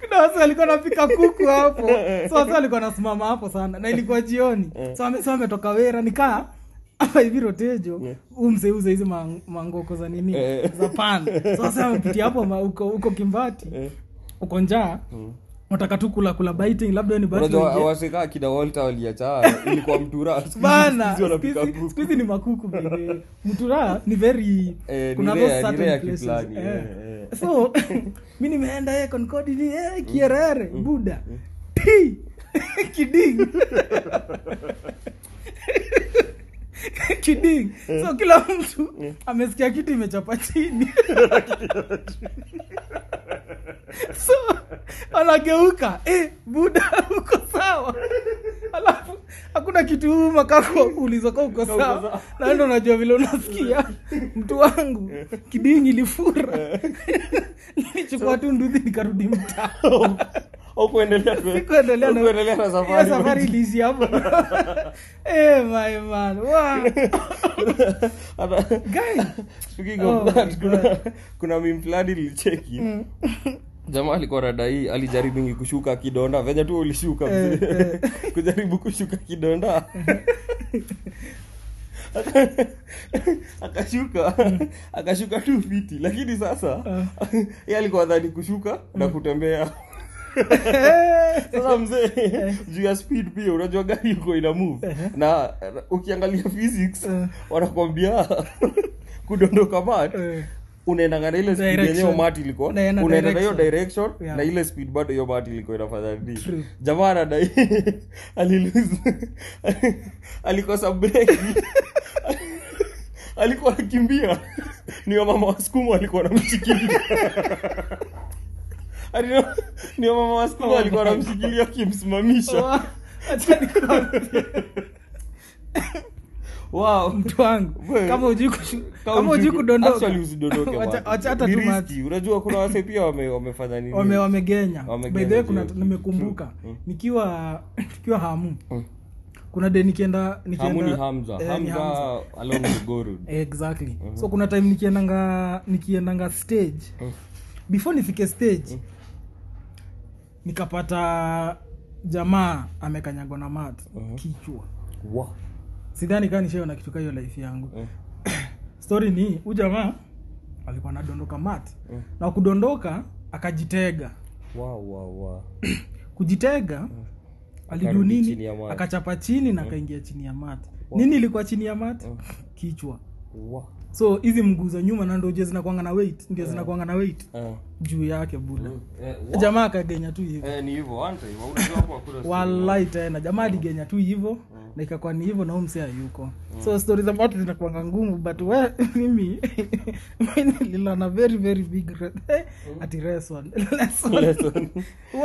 kuna wase walikuwa napika kuku hapo so wase walikuwa nasimama hapo sana na ilikuwa jioni so wame- so ametoka wera nikaa hapa hivi rotejo huu msee uza hizi mang- mangoko za nini
Eh.
za pan so wase wamepitia hapo ma- huko huko kimbati
Eh,
uko njaa nataka tu kula kula biting labda ni bati
unajua
wengi-
waseka kina walter waliachaa ilikuwa mtura siku hizi-
(laughs) bana
siku hizi wanapika
siku hizi-
kuku.
siku hizi ni makuku bebe mtura ni very
Eh, ni
kuna
rare-
those
ni
certain
rare ya
places.
kiplani,
Eh.
eh,
so (laughs) mi nimeenda eh, Concord hivi, eh, kierere
Mm.
buda (laughs) Pi! kiding (laughs) kiding
Mm.
so kila mtu amesikia kitu imechapa
(laughs)
chini so anageuka eh, buda uko sawa alafu hakuna kitu huma kako ulizoko uko sawa
sawa.
na ndo unajua vile unasikia mtu wangu
Mm.
kidingi ilifura (laughs) nilichukua tu nduthi nikarudi mtaa
(laughs) Au kuendelea tu-
Sikuendelea
au
na-
kuendelea na
Hiyo
safari
safari iliishi hapo (laughs) Eh, my man. Wow.
Hata-
Guy.
Speaking
Oh
of
my
that, kuna,
God. Mm.
kuna mimplani nilicheki jamaa alikuwa radai alijaribu kushuka kidonda venye tu ulishuka
Eh,
mzee. (laughs) kujaribu kushuka
(laughs)
kidonda (laughs) Aka- akashuka
Hmm.
akashuka tu fiti lakini sasa
Ah.
(laughs) ye alikuwa dhani kushuka
Hmm. (laughs)
na kutembea
Eh,
sasa mzee juu ya speed pia unajua gari uko ina move na na ukiangalia physics
Eh.
wanakwambia (laughs) kudondoka mat
eh.
unaendanga na ile speed
Direction.
yenyewe mat ilikuwa
Unaenda
unaenda na hiyo
direction.
direction
Yeah.
na ile speed bado hiyo mat ilikuwa inafanya nini
True.
jamaa anadai (laughs) alilose alikosa breki (laughs) alikuwa anakimbia ni wamama wasukumu alikuwa anamshikilia (laughs) Alino- ni wamama
Oh
wasukumu alikuwa anamshikilia akimsimamisha
Wow. Acha nikwambie.
wow
mtu wangu
Wewe.
kama ujui kushu-
Kama
kama ujui
ujuki-
kudondoka
actually usidondoke
(laughs) Wacha-
watu.
wacha hata
Ni
tu
risky.
mati.
unajua kuna wase pia wame- wamefanya nini
Wame- wamegenya
Wamegenya,
by the way kuna
ndio.
nimekumbuka
Mm.
nikiwa nikiwa hamu
Mm.
kuna de nikienda
Hamu ni
nikienda
hamza
eh, ni
hamza
Hamza. (coughs)
along the go road
exactly so kuna time nikiendanga nikiendanga stage
Mm.
before nifike stage nikapata jamaa amekanyagwa na mat kichwa
Wa.
sidhani kaa nishaona kitu ka hiyo life yangu
Mm.
(coughs) story ni huu jamaa alikuwa anadondoka mat
Mm.
na kudondoka akajitega
Wa, wa, wa.
kujitega alijuu
Eh. Akarudi chini
nini
ya mat. Eh.
akachapa chini na akaingia chini ya mat nini ilikuwa chini ya mat kichwa
Wa.
so hizi mguu za nyuma na ndo je zinakwanga na weight ndio zinakwanga na weight
Eh.
juu yake buda
eh, wa-
jamaa akagenya tu hivo
eh, ni hivyo wanta hivyo unajua hapo hakuna story.
walai tena jamaa aligenya tu hivo na ikakuwa ni hivo na huu msee hayuko so stori za watu zinakuanga ngumu but we (laughs) mimi mimi nililana very very big re- eh, ati (laughs) lesson lesson
Lesson. Hmm?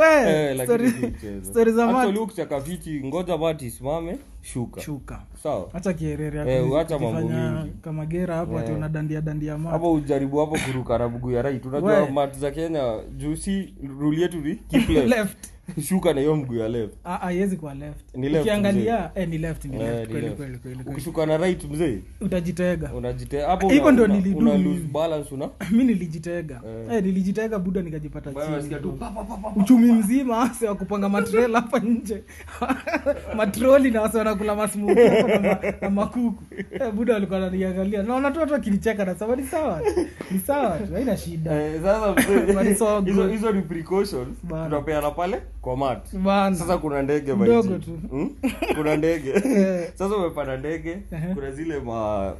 (laughs)
Eh,
we
lakini
story-
si mchezo.
story za
Actually,
watu
ukicheka viti ngoja bati isimame shuka
shuka
sawa
hata kiererea
Eh, wacha mambo mingi. Eh.
kama gera hapo ati unadandia dandia maji
hapo ujaribu hapo kuruka na mguu ya right unajua
We.
mat za kenya juu si ruli yetu ni keep left.
(laughs) left
shuka na hiyo mguu ya left
Ah, ah, haiwezi kuwa left
Ni left,
ukiangalia eh, ni left ni
Eh,
left
ni
kweli
left.
kweli kweli kweli
ukishuka na right mzee
utajitega
unajitea hapo
Hivyo
una-
ndo
una-
nilidu
una
mimi.
lose balance una
(coughs) mi nilijitega
Eh.
eh, nilijitega buda nikajipata
Bwana
chini
unasikia tu pa, pa, pa, pa.
uchumi mzima wase wa kupanga matrela hapa nje (laughs) matroli na wase wanakula masmuku na, ma- na makuku eh, buda walikuwa naniangalia naona tu watu wakinicheka nasema ni sawa tu, ni sawa tu haina shida (laughs)
Eh, sasa mzee,
But it's all
hizo-
good.
hizo ni precautions
Bana.
tunapeana pale kwa mat
Bana.
sasa kuna ndege by
Ndogo
G.
tu.
Hmm? kuna ndege
(laughs) Eh. Uh-huh.
sasa umepanda ndege
Ehe.
kuna zile ma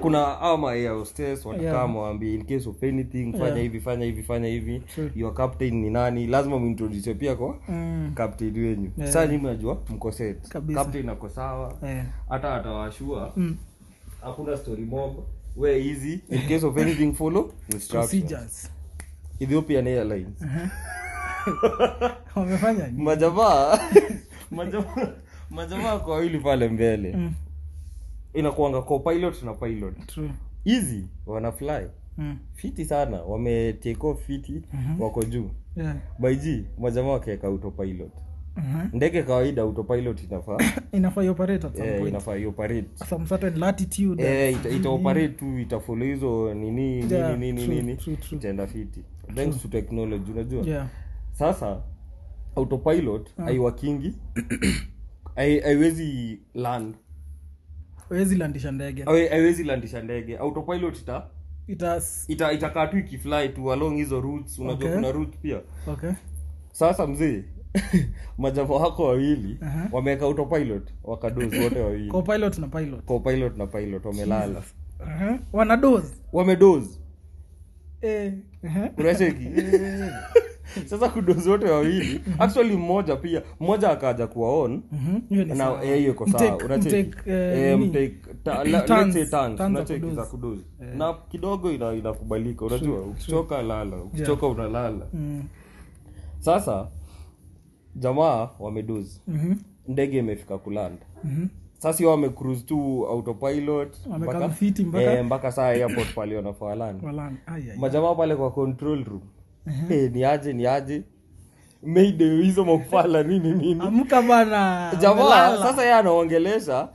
kuna ama air hostess watakaa
Yeah.
mwaambie in case of anything fanya
Yeah.
hivi fanya hivi fanya hivi
True.
your captain ni nani lazima muintroduce pia kwa
Mm,
captain wenyu
Yeah.
saa nyinyi najua mko set
Kabisa.
captain ako sawa
eh,
hata atawashua
mm,
hakuna story mob we easy in case of anything follow instructions
procedures.
ethiopian airlines
Mm. wamefanya nini?
majamaa (laughs) majamaa majamaa kwa wawili pale mbele
Mm.
inakuanga co pilot na pilot
True.
easy wana fly
Mm,
fiti sana wame take off fiti
Mhm.
wako juu
yeah,
by g majamaa wakiweka autopilot
mhm.
ndege kawaida autopilot
(coughs)
inafaa
inafaa ioperate at some
eh,
point.
inafaa ioperate
some certain latitude
eh, ita, itaoperate tu itafollow hizo nini
Yeah,
nini nini
true,
nini
true, true.
itaenda fiti thanks to technology unajua
yeah.
sasa autopilot
Hmm.
haiwakingi (clears throat) hai- haiwezi land
wezi landisha ndege
hai- haiwezi landisha ndege autopilot ita
itas
ita- itakaa tu ikifly tu along hizo routes unajua
Okay.
kuna route pia
okay
sasa mzee (laughs) majama wako wawili
Aha.
wameweka autopilot wakadozi wote wawili
copilot na pilot
copilot na pilot wamelala
uh-huh. wana dose
wamedozi
eh, uh-huh.
unacheki (laughs) sasa kudozi wote wawili actually mmoja pia mmoja akaja kuwa on
Mhm. hiyo ni
na
sawa.
eh, hiyo iko sawa
Mtake-
unacheki
mtake, eh,
Eh,
nini?
mtake ta- la-
Tons,
let's say tons,
tons za
unacheki za
kudozi.
kudozi
Eh.
na kidogo ina- inakubalika unajua ukichoka lala ukichoka unalala
Mm.
sasa jamaa wamedozi
Mhm.
ndege imefika kulanda
Mhm.
sasa hiyo wamecruise tu autopilot
Wamekaa mfiti mpaka-
eh, mpaka saa airport pale wanafaa land
Walan- ai, ai.
majamaa pale kwa control room
Uh-huh.
eh, ni aje ni aje mayday hizo mafala nini nini
amka bana
jamaa
Wamelala.
sasa yeye anaongelesha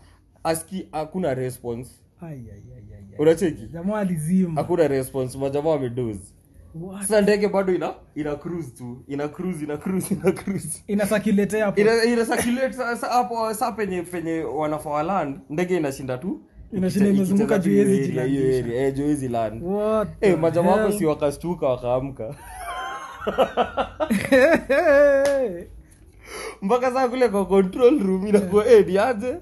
aski hakuna response
Ai, ai, ai, ai, ai.
unacheki
jamaa alizima
hakuna response majamaa wamedozi
What?
sasa ndege bado ina ina cruise tu ina cruise ina cruise ina cruise
inasakiletea hapo
Ina- ina circulate sa- sa- hapo sa penye penye wanafaa land ndege inashinda tu
Inashinda
ikiche-
imezunguka
ikicheza tu
juu hezi
hiyo area, hiyo
jilandisha.
area, eh, juu hezi land
What
eh
the
majamaa wako
hell? (laughs)
si wakastuka wakaamka (laughs) mpaka saa kule kwa control room inakuwa eh ni aje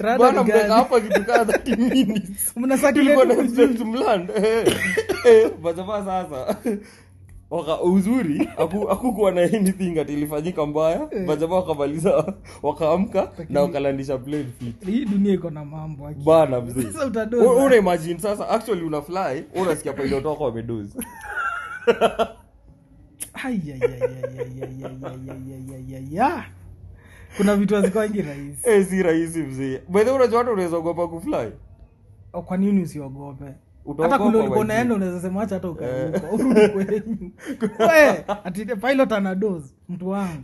Rada
bana
ni gani?
mtaka hapa kitu kaa (laughs) 30 minutes
Mnasakilete
tulikuwa na
huku juu.
expect mland Eh, eh, majamaa sasa waka uzuri haku- hakukuwa na anything ati ilifanyika mbaya majamaa wakamaliza wakaamka na wakalandisha plane fit
hii dunia iko na mambo aki.
bana mzee.
Sasa utadoza.
U- una imagine sasa actually una fly unasikia pilot wako (laughs) wamedozi
Ai, ai, ai, ai, ai, ai, ai, ai, ai, ai, ai, ai, ai. kuna vitu hazikwangi rahisi
Eh, si rahisi mzee by the way unajua hata unaweza ogopa kufly
O, Oh, kwa nini usiogope
Utaogopa,
hata kule ulikuwa
wajui.
unaenda unaweza sema acha hata
Eh.
ukaruka urudi
(laughs)
kwenyu we ati pilot ana dose mtu
(laughs)
wangu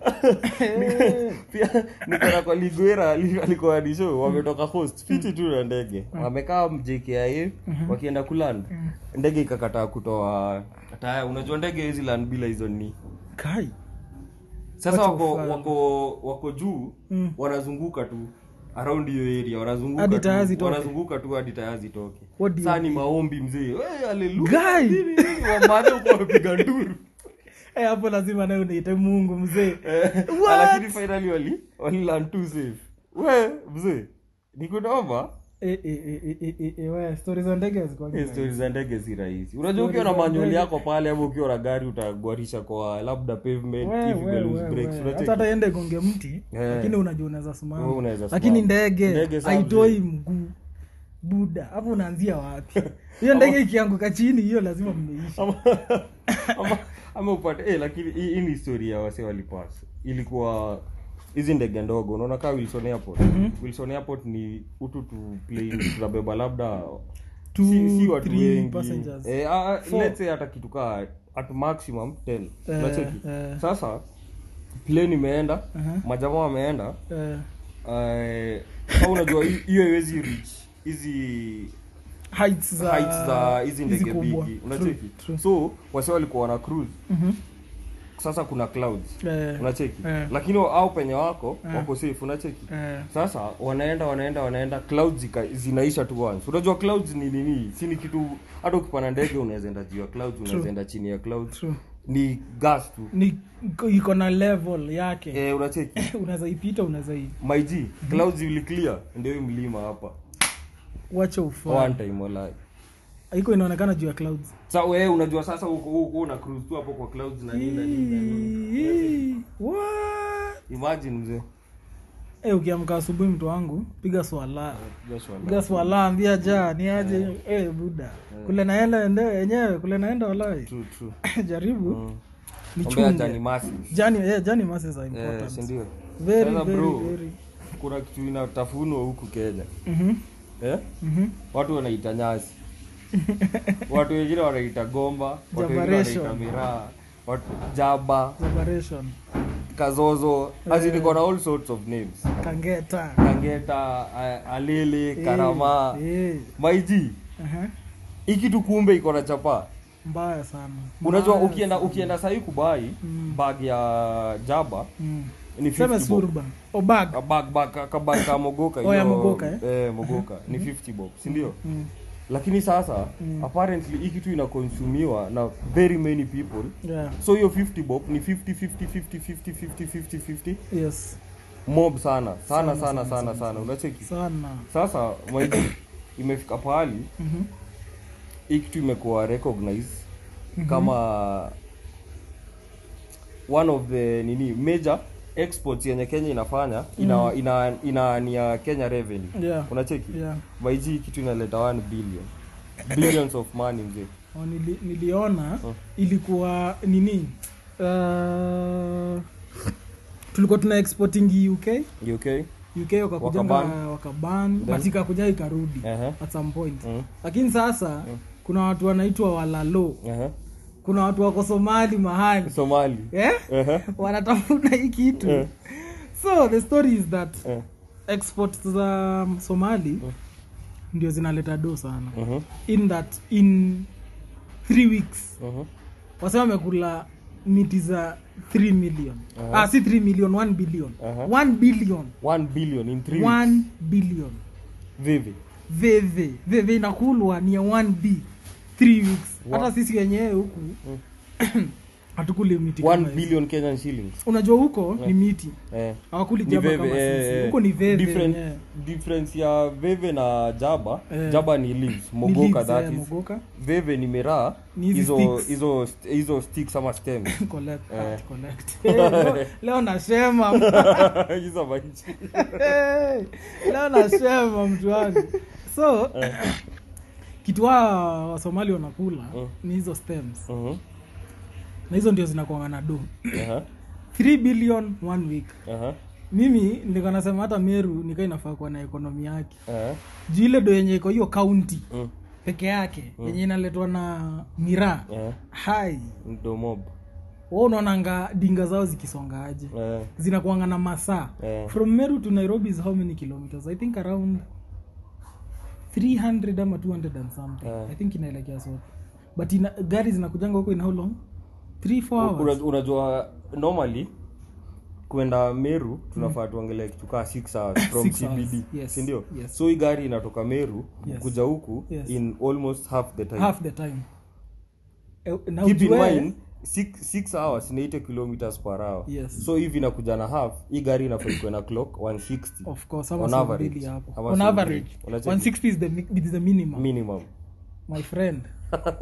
Eh,
pia nikona kwa liguera ali- alikuwa ni show wametoka host fiti
Mm.
tu na ndege wamekaa mjkia
Mm-hmm.
wakienda kuland
Mm.
ndege ikakataa kutoa taya unajua ndege hizi land bila hizo ni
kai
sasa
Wacha
wako
ufly.
wako wako juu
Mm.
wanazunguka tu around hiyo area
Hadi
wanazunguka tu,
taya zitoke.
wanazunguka tu hadi taya zitoke
What do you
saa ni maombi mzee "Hey, hallelujah,
Guy!
nini, nini, wamadhe huko
(laughs)
wamepiga nduru
Eh, hapo lazima naye uniite mungu mzee
Eh,
What?
lakini finally wali walilan tu safe we mzee nikunaomba
Eh, eh, eh, eh, eh, eh, wewe, stori za ndege hazikuwangi
Hii
rahisi.
stori za ndege si rahisi unajua
Stori
ukiwa na
za
manyoli
ndege.
yako pale ama ukiwa na gari utagwarisha kwa labda pavement
Wewe,
if
wewe,
lose
wewe,
brakes
wewe.
unacheki?
hata hata ende gonge mti
Eh.
lakini unajua unaweza simama.
Wewe unaweza
lakini
simama.
ndege
Ndege sababu-
haitoi mguu buda hapo unaanzia
(laughs)
wapi hiyo ndege ikianguka chini hiyo lazima mmeisha
ama, (laughs) ama, ama upate eh, lakini hii hii ni historia ya wase walipasa ilikuwa hizi ndege ndogo unaona kaa wilson airport
Mm-hmm.
wilson airport ni utu tu
(coughs)
plane tunabeba labda
Two,
si, si watu
three
wengi
passengers.
eh, ah,
Four.
let's say hata kitu kaa at maximum 10
Eh,
unacheki
eh. Uh-huh.
sasa plane imeenda
Aha.
majamaa wameenda
Eh,
eh, au unajua hi- hiyo haiwezi reach hizi
heights za
heights za hizi ndege
kubwa.
bigi
True,
unacheki
true.
so wase walikuwa wana cruise
Mhm.
sasa kuna clouds
Eh,
unacheki
Eh.
lakini wa- au penye wako
Eh.
wako safe unacheki
eh,
sasa wanaenda wanaenda wanaenda clouds zika- zinaisha tu once unajua clouds ni nini si ni kitu hata ukipanda ndege unaweza enda juu ya clouds unaweza enda chini ya clouds
true.
ni gas tu
ni iko na level yake
eh, unacheki
(coughs) unaweza ipita unaweza i-
my g clouds ili clear ndio hii mlima hapa
wacha ufa
one time walai
iko inaonekana juu ya clouds
sa wewe unajua sasa uko uko una cruise tu hapo kwa clouds na nini na nini na nini.
Hii, what?
imagine mzee
Eh, ukiamka asubuhi mtu wangu piga swala
Joshua
piga swala ambia ja ni aje eh, buda kule naenda ende yenyewe kule naenda walai (coughs)
true true
jaribu
Mm. ombea
nichunge
jani masi
jani yeah, jani masses are
eh,
important
si ndio
very
Sasa
very
bro.
very
kuna kitu inatafunwa huku kenya
mhm
eh?
mhm
watu
(laughs)
wanaita nyasi watu wengine wanaita gomba watu wengine
Jabaresho.
wanaita miraa watu jaba
separation
kazozo as
Eh.
in iko na all sorts of names
kangeta
kangeta a- alili karama
eh, eh,
maiji
aha.
hii kitu kumbe iko na chapaa
mbaya sana
unajua
Mbaya
ukienda
sana.
ukienda sahii kubai
Mm.
bag ya jaba
Mm.
ni 50
seme
bob.
surba obag
Ka bag- bag- ka- ka bag ka mogoka
Oh, ya
hiyo-
mogoka, eh?
eh, mogoka ni 50 bob si ndio
mm.
lakini sasa
Mm.
apparently hii kitu inakonsumiwa na very many people
yeah.
so hiyo 50 bob ni 50 50 50 50 50 50 50
yes
mob sana sana
Sana,
sana
sana,
sana
sana,
sana unacheki
sana
sasa maji (coughs) imefika pahali
Mhm.
hii kitu imekuwa recognized kama one of the nini major exports yenye kenya inafanya ina ina ina ni ya kenya revenue
Mm. Yeah.
unacheki
Yeah.
maiji kitu inaleta 1 billion billions of money mzee
Oh, nili, niliona
Oh.
ilikuwa nini uh, tulikuwa tuna exporting uk
you okay
uk wakakujaga
Wakaban.
wakaban but ikakuja ikarudi
Ehe.
at some point
Mm.
lakini sasa kuna watu wanaitwa walalo
Aha.
kuna watu wako somali mahali
Uh-huh. somali
eh?
Aha.
wanatafuta hii kitu
Eh.
so the story is that
Eh.
exports za somali
Uh-huh.
ndio zinaleta do sana
Mhm.
in that in three weeks
Mhm.
wasema wamekula miti za 3 million uh-huh. ah, si 3 million 1 billion
Aha.
1 billion
1 billion in 3 Uh-huh. weeks
1 billion
vivi
veve veve inakulwa ni ya 1b 3 weeks
Wa-
hata sisi wenyewe huku (coughs) hatukuli miti kama
1
hizo.
billion kenyan shillings
unajua huko ni miti
eh
hawakuli
ni
jaba
veve
kama
eh,
sisi
eh.
huko ni veve eh.
Different-
yenyewe.
difference ya veve na jaba
Eh.
jaba ni leaves
Ni
mogoka
leaves,
that
eh,
is
mogoka (laughs)
veve ni miraa
Ni hizi
hizo
sticks.
hizo st- hizo sticks ama stems
(laughs)
(laughs)
Collect,
Eh.
art, collect. (laughs) Eh, leo- leo (laughs) nashema
hizo maichi
Hey, Eh, leo nashema mtu wangu so (clears throat) kitu hawa wasomali wanakula
Mm.
ni hizo stems
Mhm.
na hizo ndio zinakuanga na do
Aha.
3 billion one week
Aha.
mimi nilikuwa nasema hata meru nika inafaa kuwa na ekonomi yake
Aha.
juu ile do yenye iko hiyo kaunti
uh-huh, Mm.
peke yake yenye inaletwa na miraa
Aha.
hai
uh-huh. Ndo mob.
wa unaonanga dinga zao zikisonga aje
Eh.
zinakuanga na masaa
Eh.
from meru to nairobi is how many kilometers i think around 300 ama 200 and something
Eh.
i think inaelekea sote but ina, gari zinakujanga huko in how long 3 4 hours
Una- unajua normally kwenda meru tunafaa tuangelee kitu kaa 6 hours
(laughs)
from
Six hours,
cbd
yes,
sindio
yes.
so hii gari inatoka meru
Yes.
kuja huku
Yes.
in almost half the time
half the time Eh, na
keep in
ujue-
mind six, six hours ni 80 kilometers per hour
Yes.
so hivi inakuja na half hii gari inafaikwe na clock 160
of course ama
On
si
average.
mbili hapo
Ama
on
si
average
mbili. Unacheki.
160 is the, mi- is the minimum
minimum
my
(laughs)
friend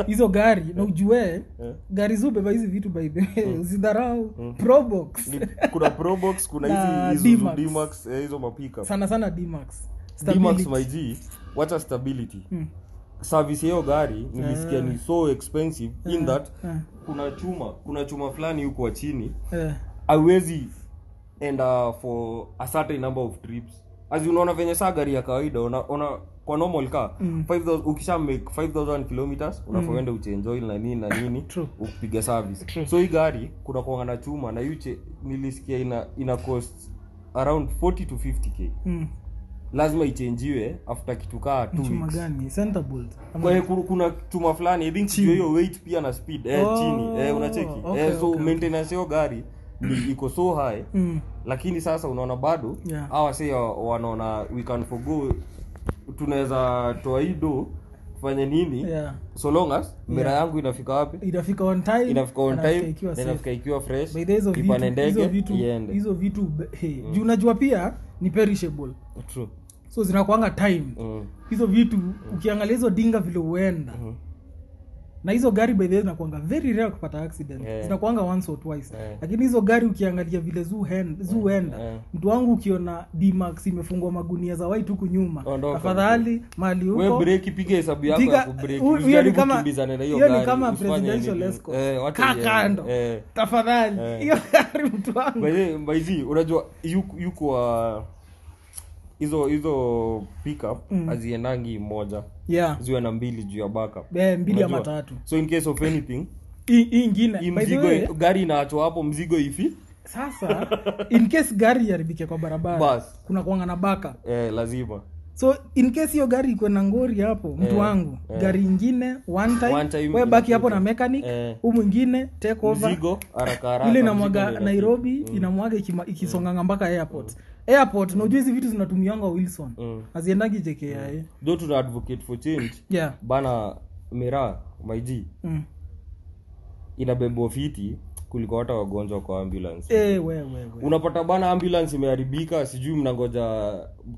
hizo gari na ujue
Eh.
gari zubeba hizi vitu by the way usidharau probox
Mm. Ni- kuna probox
(laughs)
kuna
Na
hizi hizo
D-Max.
dmax eh, hizo mapika
sana sana dmax
dmax
Stability. Hmm.
my g wacha stability service ya hiyo gari nilisikia ni so expensive in that
Eh,
kuna chuma kuna chuma fulani huko chini
eh,
haiwezi enda for a certain number of trips as unaona venye saa gari ya kawaida una, una kwa normal car mm. 5000 ukisha make 5000 kilometers unafoenda mm. uchenje oil na nini na nini
(laughs) True.
ukipiga service
True.
so hii gari kuna kuanga na chuma na yuche nilisikia ina ina cost around 40 to 50k
mm.
lazima ichenjiwe after kitu kaa 2
chuma
weeks
gani center bolt Ama-
Kwa hiyo kuna- kuna chuma fulani i think sijui hiyo weight pia na speed eh,
Oh,
chini eh, unacheki
okay,
eh, so
okay, okay.
maintenance hiyo gari ni- iko so high
Mm.
lakini sasa unaona bado
Yeah.
hawa se wanaona we can forgo tunaweza toa hii do tufanye nini
Yeah.
so long as mira yangu inafika wapi
inafika on time
inafika on time
ikiwa
na
safe.
inafika ikiwa fresh
By the way, hizo
kipande
vitu- hizo
ndege
vitu
iende Hmm.
hizo vitu be- hey, juu unajua pia ni perishable
True.
so zinakwanga time
Mm.
hizo vitu ukiangalia hizo dinga vile huenda na hizo gari by the way zinakuanga very rare kupata accident
Yeah.
zinakuanga once or twice
Yeah.
lakini hizo gari ukiangalia vile zuhen- zuenda
Yeah.
mtu wangu ukiona dmax imefungwa magunia za white huku nyuma
Ondoka.
afadhali mali
we
huko
breki piga hesabu yako
Piga-
ya kubreki.
huyo ni
Usijaribu
kama-
kukimbizana na hiyo
hiyo ni
gari,
kama
usifanye
presidential
nini.
escort.
Eh, wacha
Kaa
iende.
kando.
Eh.
tafadhali
Eh.
hiyo (laughs) gari mtu wangu
By the- by the- unajua yuko- yuko wa- hizo hizo pickup
Mm.
haziendangi moja
yeah
ziwe na mbili juu ya backup
Eh, mbili ama
Unajua?
tatu
so in case
(laughs)
of anything
hii hii ingine
hii
by the
mzigo
way
gari inaachwa hapo mzigo ifi
sasa in case gari iharibike kwa barabara
Bas.
kuna kuanga na baka
eh, lazima
so in case hiyo gari iko na ngori hapo mtu
Eh,
wangu
eh.
gari ingine one time,
One time
we baki hapo
inakuja.
na mechanic
Eh.
huu mwingine take over
mzigo haraka
ile
haraka mzigo Mm.
inamwaga
ndio
nairobi inamwaga ikima- ikisonganga mpaka airport airport najua hizi vitu zinatumianga wilson
Mm.
haziendagi jkia
jo tuna advocate for change
yeah
bana miraa maiji
mm.
inabebwa fiti kuliko hata wagonjwa kwa ambulance
eh we, we, we.
unapata bana ambulance imeharibika sijui mnangoja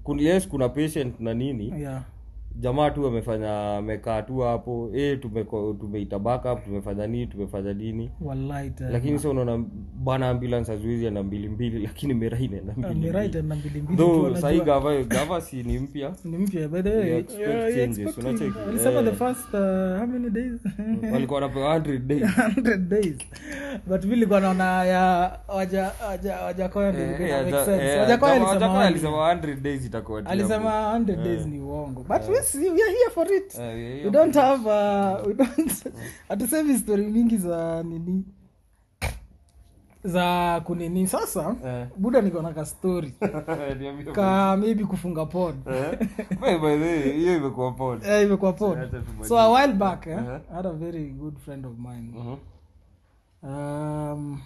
kun- yes kuna patient na nini
yeah
jamaa tu amefanya amekaa tu hapo eh tumeko- tumeita backup tumefanya nini tumefanya nini
wallahi tena.
lakini sa unaona bana ambulance haziwezi enda mbili mbili lakini mera inaenda
Ah,
mbili
ni right
mbili.
na mbili mbili tu
though
wanajua.
sahii gava gava si
(laughs)
ni mpya
ni mpya by the
You
way
expect
yeah, you
changes,
expect
unacheki.
change. Walisema
Eh.
the first uh, how many days (laughs)
walikuwa wanapewa 100
Eh,
days
100 days but vile nilikuwa naona ya waja waja wajakoya ndio
Eh,
ilikuwa
eh,
ina make
aja-
sense
eh,
wajakoya
Jama-
alisema 100.
Jama alisema 100 days itakuwa tu hapo.
alisema 100 days ni uongo but we see we are here for it (laughs)
Eh, yeah,
we
yeah.
don't have uh, we don't (laughs) hatusemi story mingi za nini za kunini sasa
Eh.
buda niko na ka
(laughs)
story
Niambia
ka maybe kufunga pod
Eh, by- by the way, hiyo imekuwa pod
(laughs) Eh, imekuwa poa.
acha tubadilishe.
so a while back eh,
Uh-huh.
I had a very good friend of mine
Mhm.
um,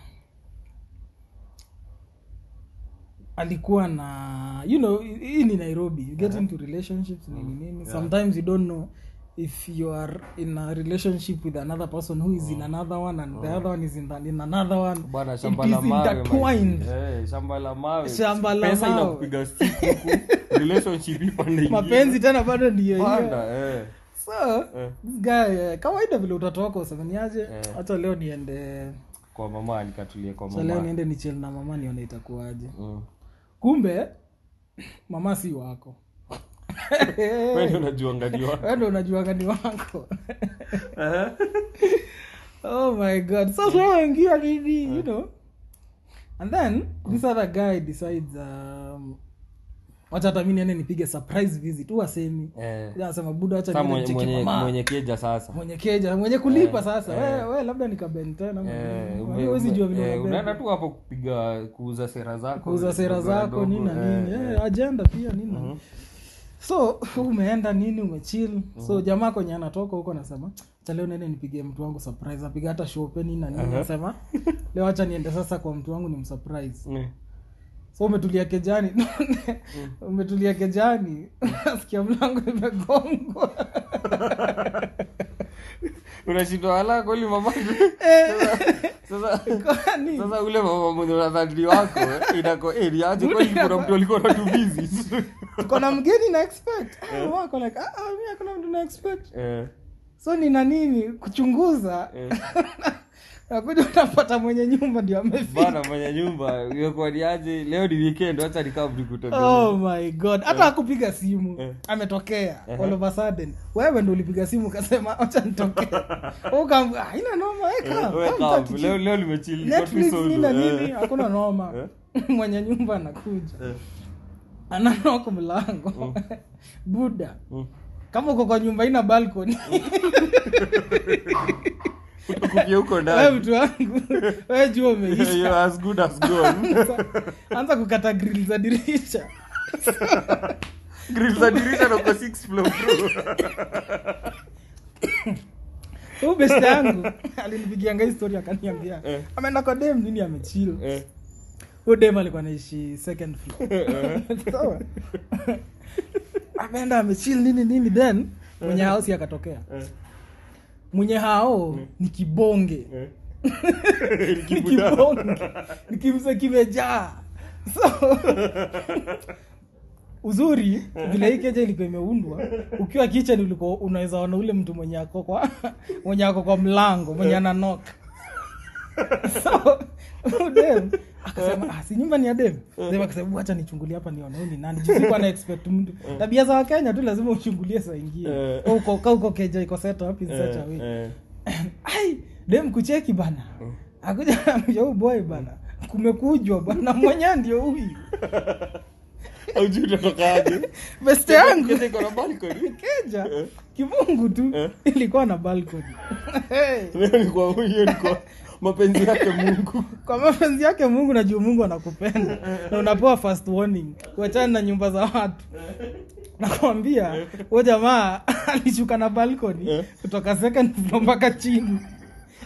alikuwa na you know hi- hii ni nairobi you
Uh-huh.
get into relationships nini nini sometimes you don't know if you are in a relationship with another person who
Uh-huh.
is in another one and the other one is in, the, in another one
bana
It
shamba
is
la mawe
intertwined.
my- eh, shamba la mawe
Shamba la
pesa
mawe.
inakupiga stick huku,
(laughs)
relationship hii pande ingine.
(laughs) mapenzi tena bado ndiyo hiyo
Panda, eh.
so this guy eh, kawaida vile utatoka usamenyaje
Eh.
hata leo niende
kwa mama nikatulie kwa
so leo
mama
niende nichel na mama nione itakuwaje
Mm.
kumbe mama si
(laughs)
wako
Wewe ndio unajiangaliwa
(laughs) wendo unajuaga ni wako oh my god so so wengiwa nini you know and then this other guy decides um, wacha hata mi niende nipige surprise visit huwa semi
Eh.
anasema buda wacha
Sasa
niende
mwenye-
nicheki
mwenye-
mama."
mwenye keja sasa
mwenye keja mwenye kulipa sasa we, we labda nikaben tena
Eh, ume-
wezi jua vile
eh,
unabend.
unaenda tu hapo kupiga kuuza sera zako
kuuza sera
Dogo na
zako
dogo,
nini na
eh. Mhm.
nini eh, ajenda pia nini na nini. so (laughs) umeenda nini umechill
Mhm.
so jamaa kwenye anatoka huko anasema "Acha leo nene nipigie mtu wangu surprise apiga hata shope nini na nini anasema leo acha niende sasa kwa mtu wangu ni msurprise
Mm.
so umetulia kejani (laughs) umetulia (laughs)
Mm.
kejani nasikia mlango imegongwa
unashindwa wala kweli mama (laughs)
Eh,
sasa
Kwani?
sasa ule mama mwenye unadhani wako eh, inako eh, ni aje kweli kuna mtu alikuwa
(laughs)
anatubizi
tuko na mgeni na expect Ah, wako like ah, ah, mi hakuna mtu na expect
Eh,
so nina nini kuchunguza
eh.
(laughs) nakuja unapata mwenye nyumba ndio amefika
bana mwenye nyumba imekuwa ni aje leo ni weekend wacha nikaa mtukutana
oh my god hata akupiga simu
Eh.
ametokea all of a sudden wewe ndo ulipiga simu ukasema acha nitokee Uka- ah, haina noma eh, come, come, touch it.
leo limechili
Netflix nini na
eh.
nini hakuna noma (laughs) mwenye nyumba anakuja ananoka mlango (laughs) buda kama uko kwa nyumba ina balcony
kukia huko
we
ndani
mtu wangu we jua
(laughs)
umeisha
You're as good as
(laughs)
gone.
anza kukata grill za dirisha
Grill za dirisha na uko sixth floor, bro.
huu besta yangu alinipigianga hii story akaniambia
Eh.
ameenda kwa dem nini amechil
Eh,
huu dem alikuwa naishi second floor (laughs) Sawa? ameenda amechil nini nini then mwenye hao si akatokea
eh,
mwenye hao ni kibonge
(laughs) eh.
ni kibonge (laughs) ni kimse kimejaa so (laughs) uzuri vile hii keja ilikuwa imeundwa ukiwa kitchen ulikuwa unaweza ona ule mtu mwenye ako kwa (laughs) mwenye ako kwa mlango mwenye ananok (laughs) so (laughs) dem akasema ah, si nyumba ni ya dem dem akasema "Hebu acha nichungulie hapa nione huyu ni nani juu sikuwa na expect mtu tabia za wakenya tu lazima uchungulie saa ingine
Eh.
uko ka uko keja iko set up in such a way
Eh, eh.
ai dem kucheki bana
Mm.
akuja namsha huu boy bana kumekujwa
(laughs)
bana mwenyewe ndio huyu
Haujui
(laughs)
utatoka aje.
best yangu
Kete iko na balcony.
keja kivungu tu
Eh.
ilikuwa na balcony (laughs) Hey,
Leo ni kwa huyo, ni kwa mapenzi yake mungu
kwa mapenzi yake mungu na juu mungu anakupenda
Eh.
na unapewa first warning uachane na nyumba za watu
Eh.
nakwambia huyo jamaa (laughs) alishuka na balcony
Eh.
kutoka second floor mpaka chini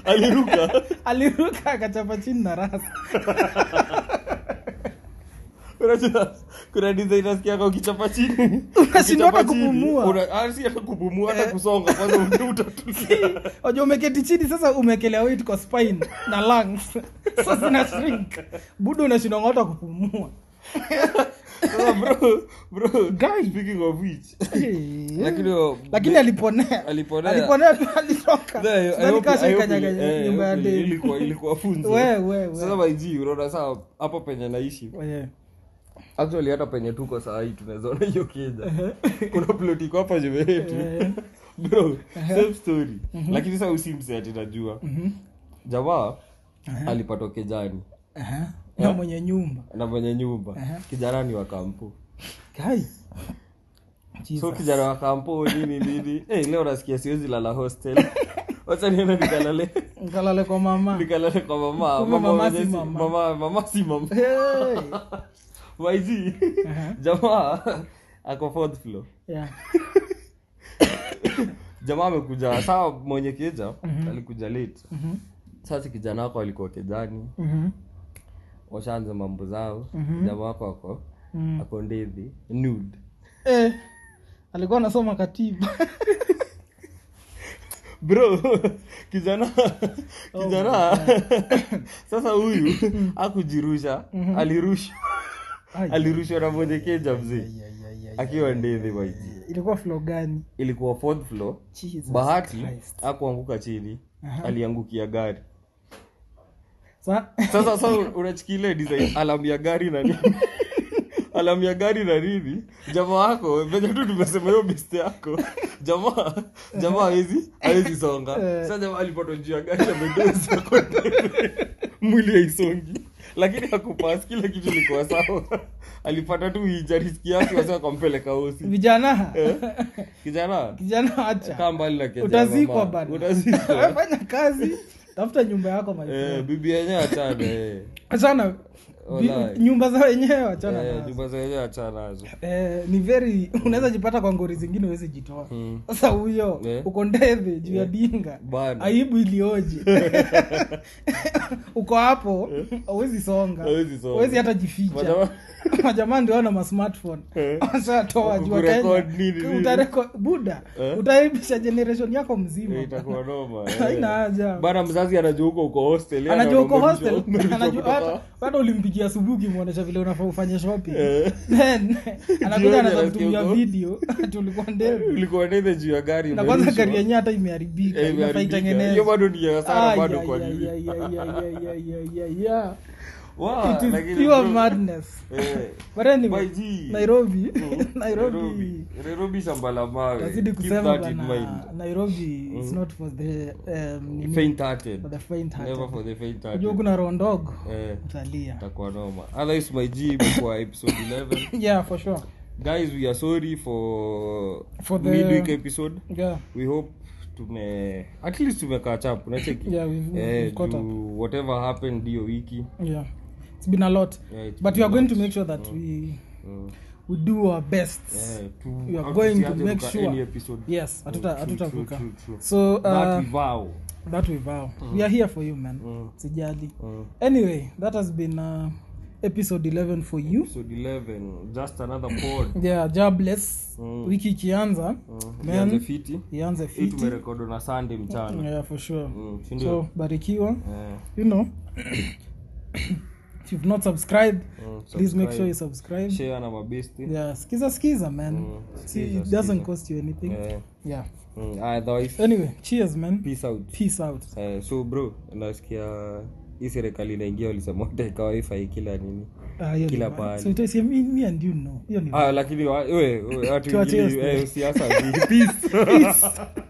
aliruka
aliruka akachapa chini na rasa
unajua kuna design nasikianga ukichapa chini
Unashindwa hata
Ukichapa chini,
kupumua.
una- ah, si hata kupumua hata
Eh.
kusonga kwanza uta- utatulia
(laughs) waja umeketi chini sasa umeekelea weight kwa spine na lungs (laughs) so zina shrink buda unashindwa hata kupumua
(laughs) Sasa Oh, bro bro
Guy.
speaking of which
Eh.
lakini yo-
lakini aliponea
Aliponea.
aliponea tu alitoka
There, I hope- I hope ili-
alikashakanyanga
eh,
nyumba ya
I hope ili-
dei
ilikuwa- ilikuwa
(laughs)
funzo.
We, we, we.
Sasa maiji unaona saa hapa penye naishi actually hata penye tuko sahii tunawezaona hiyo kenya
Uh-huh.
kuna plot iko hapa nyuma yetu
Eh.
(laughs) bro
Uh-huh.
same story lakini saa usimse ati najua jamaa
Uh-huh.
alipatwa kejani Eh.
na mwenye nyumba
na mwenye nyumba
Uh-huh.
kijarani wa kampo
kai
so kijana wa kampo nini
(laughs)
nini Eh, leo nasikia siwezi lala hostel wacha nienda nikalale
nkalale kwa mama
nikalale kwa mama
Kumbe mama si
mwenye si-
mama.
mama mama si
(laughs)
mama
Hey. (laughs)
yg
Aha.
jamaa ako fourth floor
Yeah.
jamaa amekuja saa mwenye keja
Mhm.
alikuja late sasa kijana wako alikuwa kejani
Mhm.
washaanza mambo zao jamaa wako ako
Mm.
ako ndedhi nude
Eh, alikuwa anasoma katiba
bro (laughs) kijana
Oh
kijana (laughs) sasa
(laughs)
huyu akujirusha
Mhm.
alirusha
Ai.
alirushwa na mwenye keja mzee
Ai, ai, ai, ai.
akiwa ndedhi waiji
ilikuwa flo gani
ilikuwa fourth floor
Jesus
bahati
Christ.
akuanguka chini
Aha.
aliangukia gari
Sa- (laughs)
sasa sa unachikile design alam ya gari na nini (laughs) alam ya gari na nini jamaa wako venye tu tumesema hiyo best yako jamaa jamaa hawezi hawezi songa
Eh.
sasa jamaa alipata juu ya gari amedosa kwenda mwili haisongi lakini hakupas kila kitu ilikuwa sawa alipata tu ijarisi yake wasa kampeleka hosi
vijana
Eh, kijana
kijana
kaa
acha
mbali na kijana
utazikwa
bana. utazikwa
(laughs) banafanya kazi tafuta nyumba yako my
Eh,
friend.
bibi yenyewe achane eh.
achana
Walai.
Vi- nyumba za wenyewe wachana
Eh,
nazo.
nyumba zenyewe achanazo
eh, ni very unaweza jipata kwa ngori zingine uwezi jitoa
Mm.
sasa huyo
Eh.
uko ndedhe juu ya dinga
Bana.
aibu
(laughs)
ilioje (laughs) uko hapo awezi songa
Hauwezi Eh. songa.
Huwezi hata (laughs) jificha
Majamaa-
majamaa ndio wana masmartphone
Eh.
washatoa juu wa
Kurekod
Kenya.
nini, nini?
Utareko- buda
Eh.
utaibisha generation yako mzima
Eh, itakuwa noma
(laughs)
eh.
Haina haja.
bana mzazi anajua uko uko hostel yeye
anajua uko
anaona
hostel
umerudishwa-
(laughs) anajua
umerudishwa
hata- hata ulimpigia asubuhi ukimwonyesha vile unafaa ufanye shopping
Eh. (laughs)
then anakuja anaanza
Jioni anasikia
kutumia
uko.
video (laughs) tulikuwa ndevu
ulikuwa nende juu ya gari
na kwanza
umerudishwa.
gari yenyewe hata
Eh,
imeharibika inafaa
imeharibika. hiyo
itengenezwe
bado ni ya hasara
Ah,
bado
yeah,
kwa
yeah,
nini
yeah, yeah, yeah, yeah, yeah, yeah, yeah.
Wow,
It is
lakini
pure
bro-
madness.
Eh,
But anyway,
My
(laughs)
G. Oh,
Nairobi
Nairobi
(laughs) Nairobi
Nairobi shamba la mawe
nazidi
Keep
kusema
that in
bana
mind. Mm-hmm.
Nairobi is not for the um, nini,
Faint-hearted.
for the faint
Never for the faint-hearted.
unajua kuna roho ndogo
Eh,
utalia
itakuwa noma otherwise my G, imekuwa episode 11
(laughs) yeah for sure
guys we are sorry for,
For the-
midweek episode
yeah
we hope tume at least tumekaa chap unacheki
(laughs) Yeah, we've-
Eh,
we've caught
juu
up.
whatever happened hiyo wiki
yeah it's been a lot
Yeah, it's
but
been
we are
a
going
lot.
to make sure that we
Mm.
we do our best
Eh, tu-
we are
hatusiache
going to make
kukaa any
sure
episode.
yes hatuta-
True, true,
hatutavuka
true, true.
so
That
uh,
we vow.
that we vow we are here for you man sijali
Mm.
anyway that has been uh, episode 11 for you
episode 11 just another
(laughs)
pod
yeah jobless
Mm.
wiki ikianza
Ianze
man
fiti
ianze
hii
fiti
tumerekodo na sunday mchana
yeah for sure
Mm, si ndio?
so barikiwa
Eh,
you know (coughs) if you've not subscribed
mm,
please make sure you
subscribe.
subscribe
share na mabesti
yeah skiza skiza man
Mm,
see
skiza,
it doesn't
skiza.
cost you anything
Eh,
yeah
mm, otherwise
anyway cheers man
peace out
peace out
Eh, so bro nasikia hii serikali inaingia walisema wataikawa wifi kila nini
Ah, hiyo ni
Kila
bad.
pahali.
so utaisia me, me and you know hiyo ni
ah, lakini wa- Ah, we- we- watu
Tuachie
wengine,
hiyo
eh, siasa ni- peace (laughs)
Peace.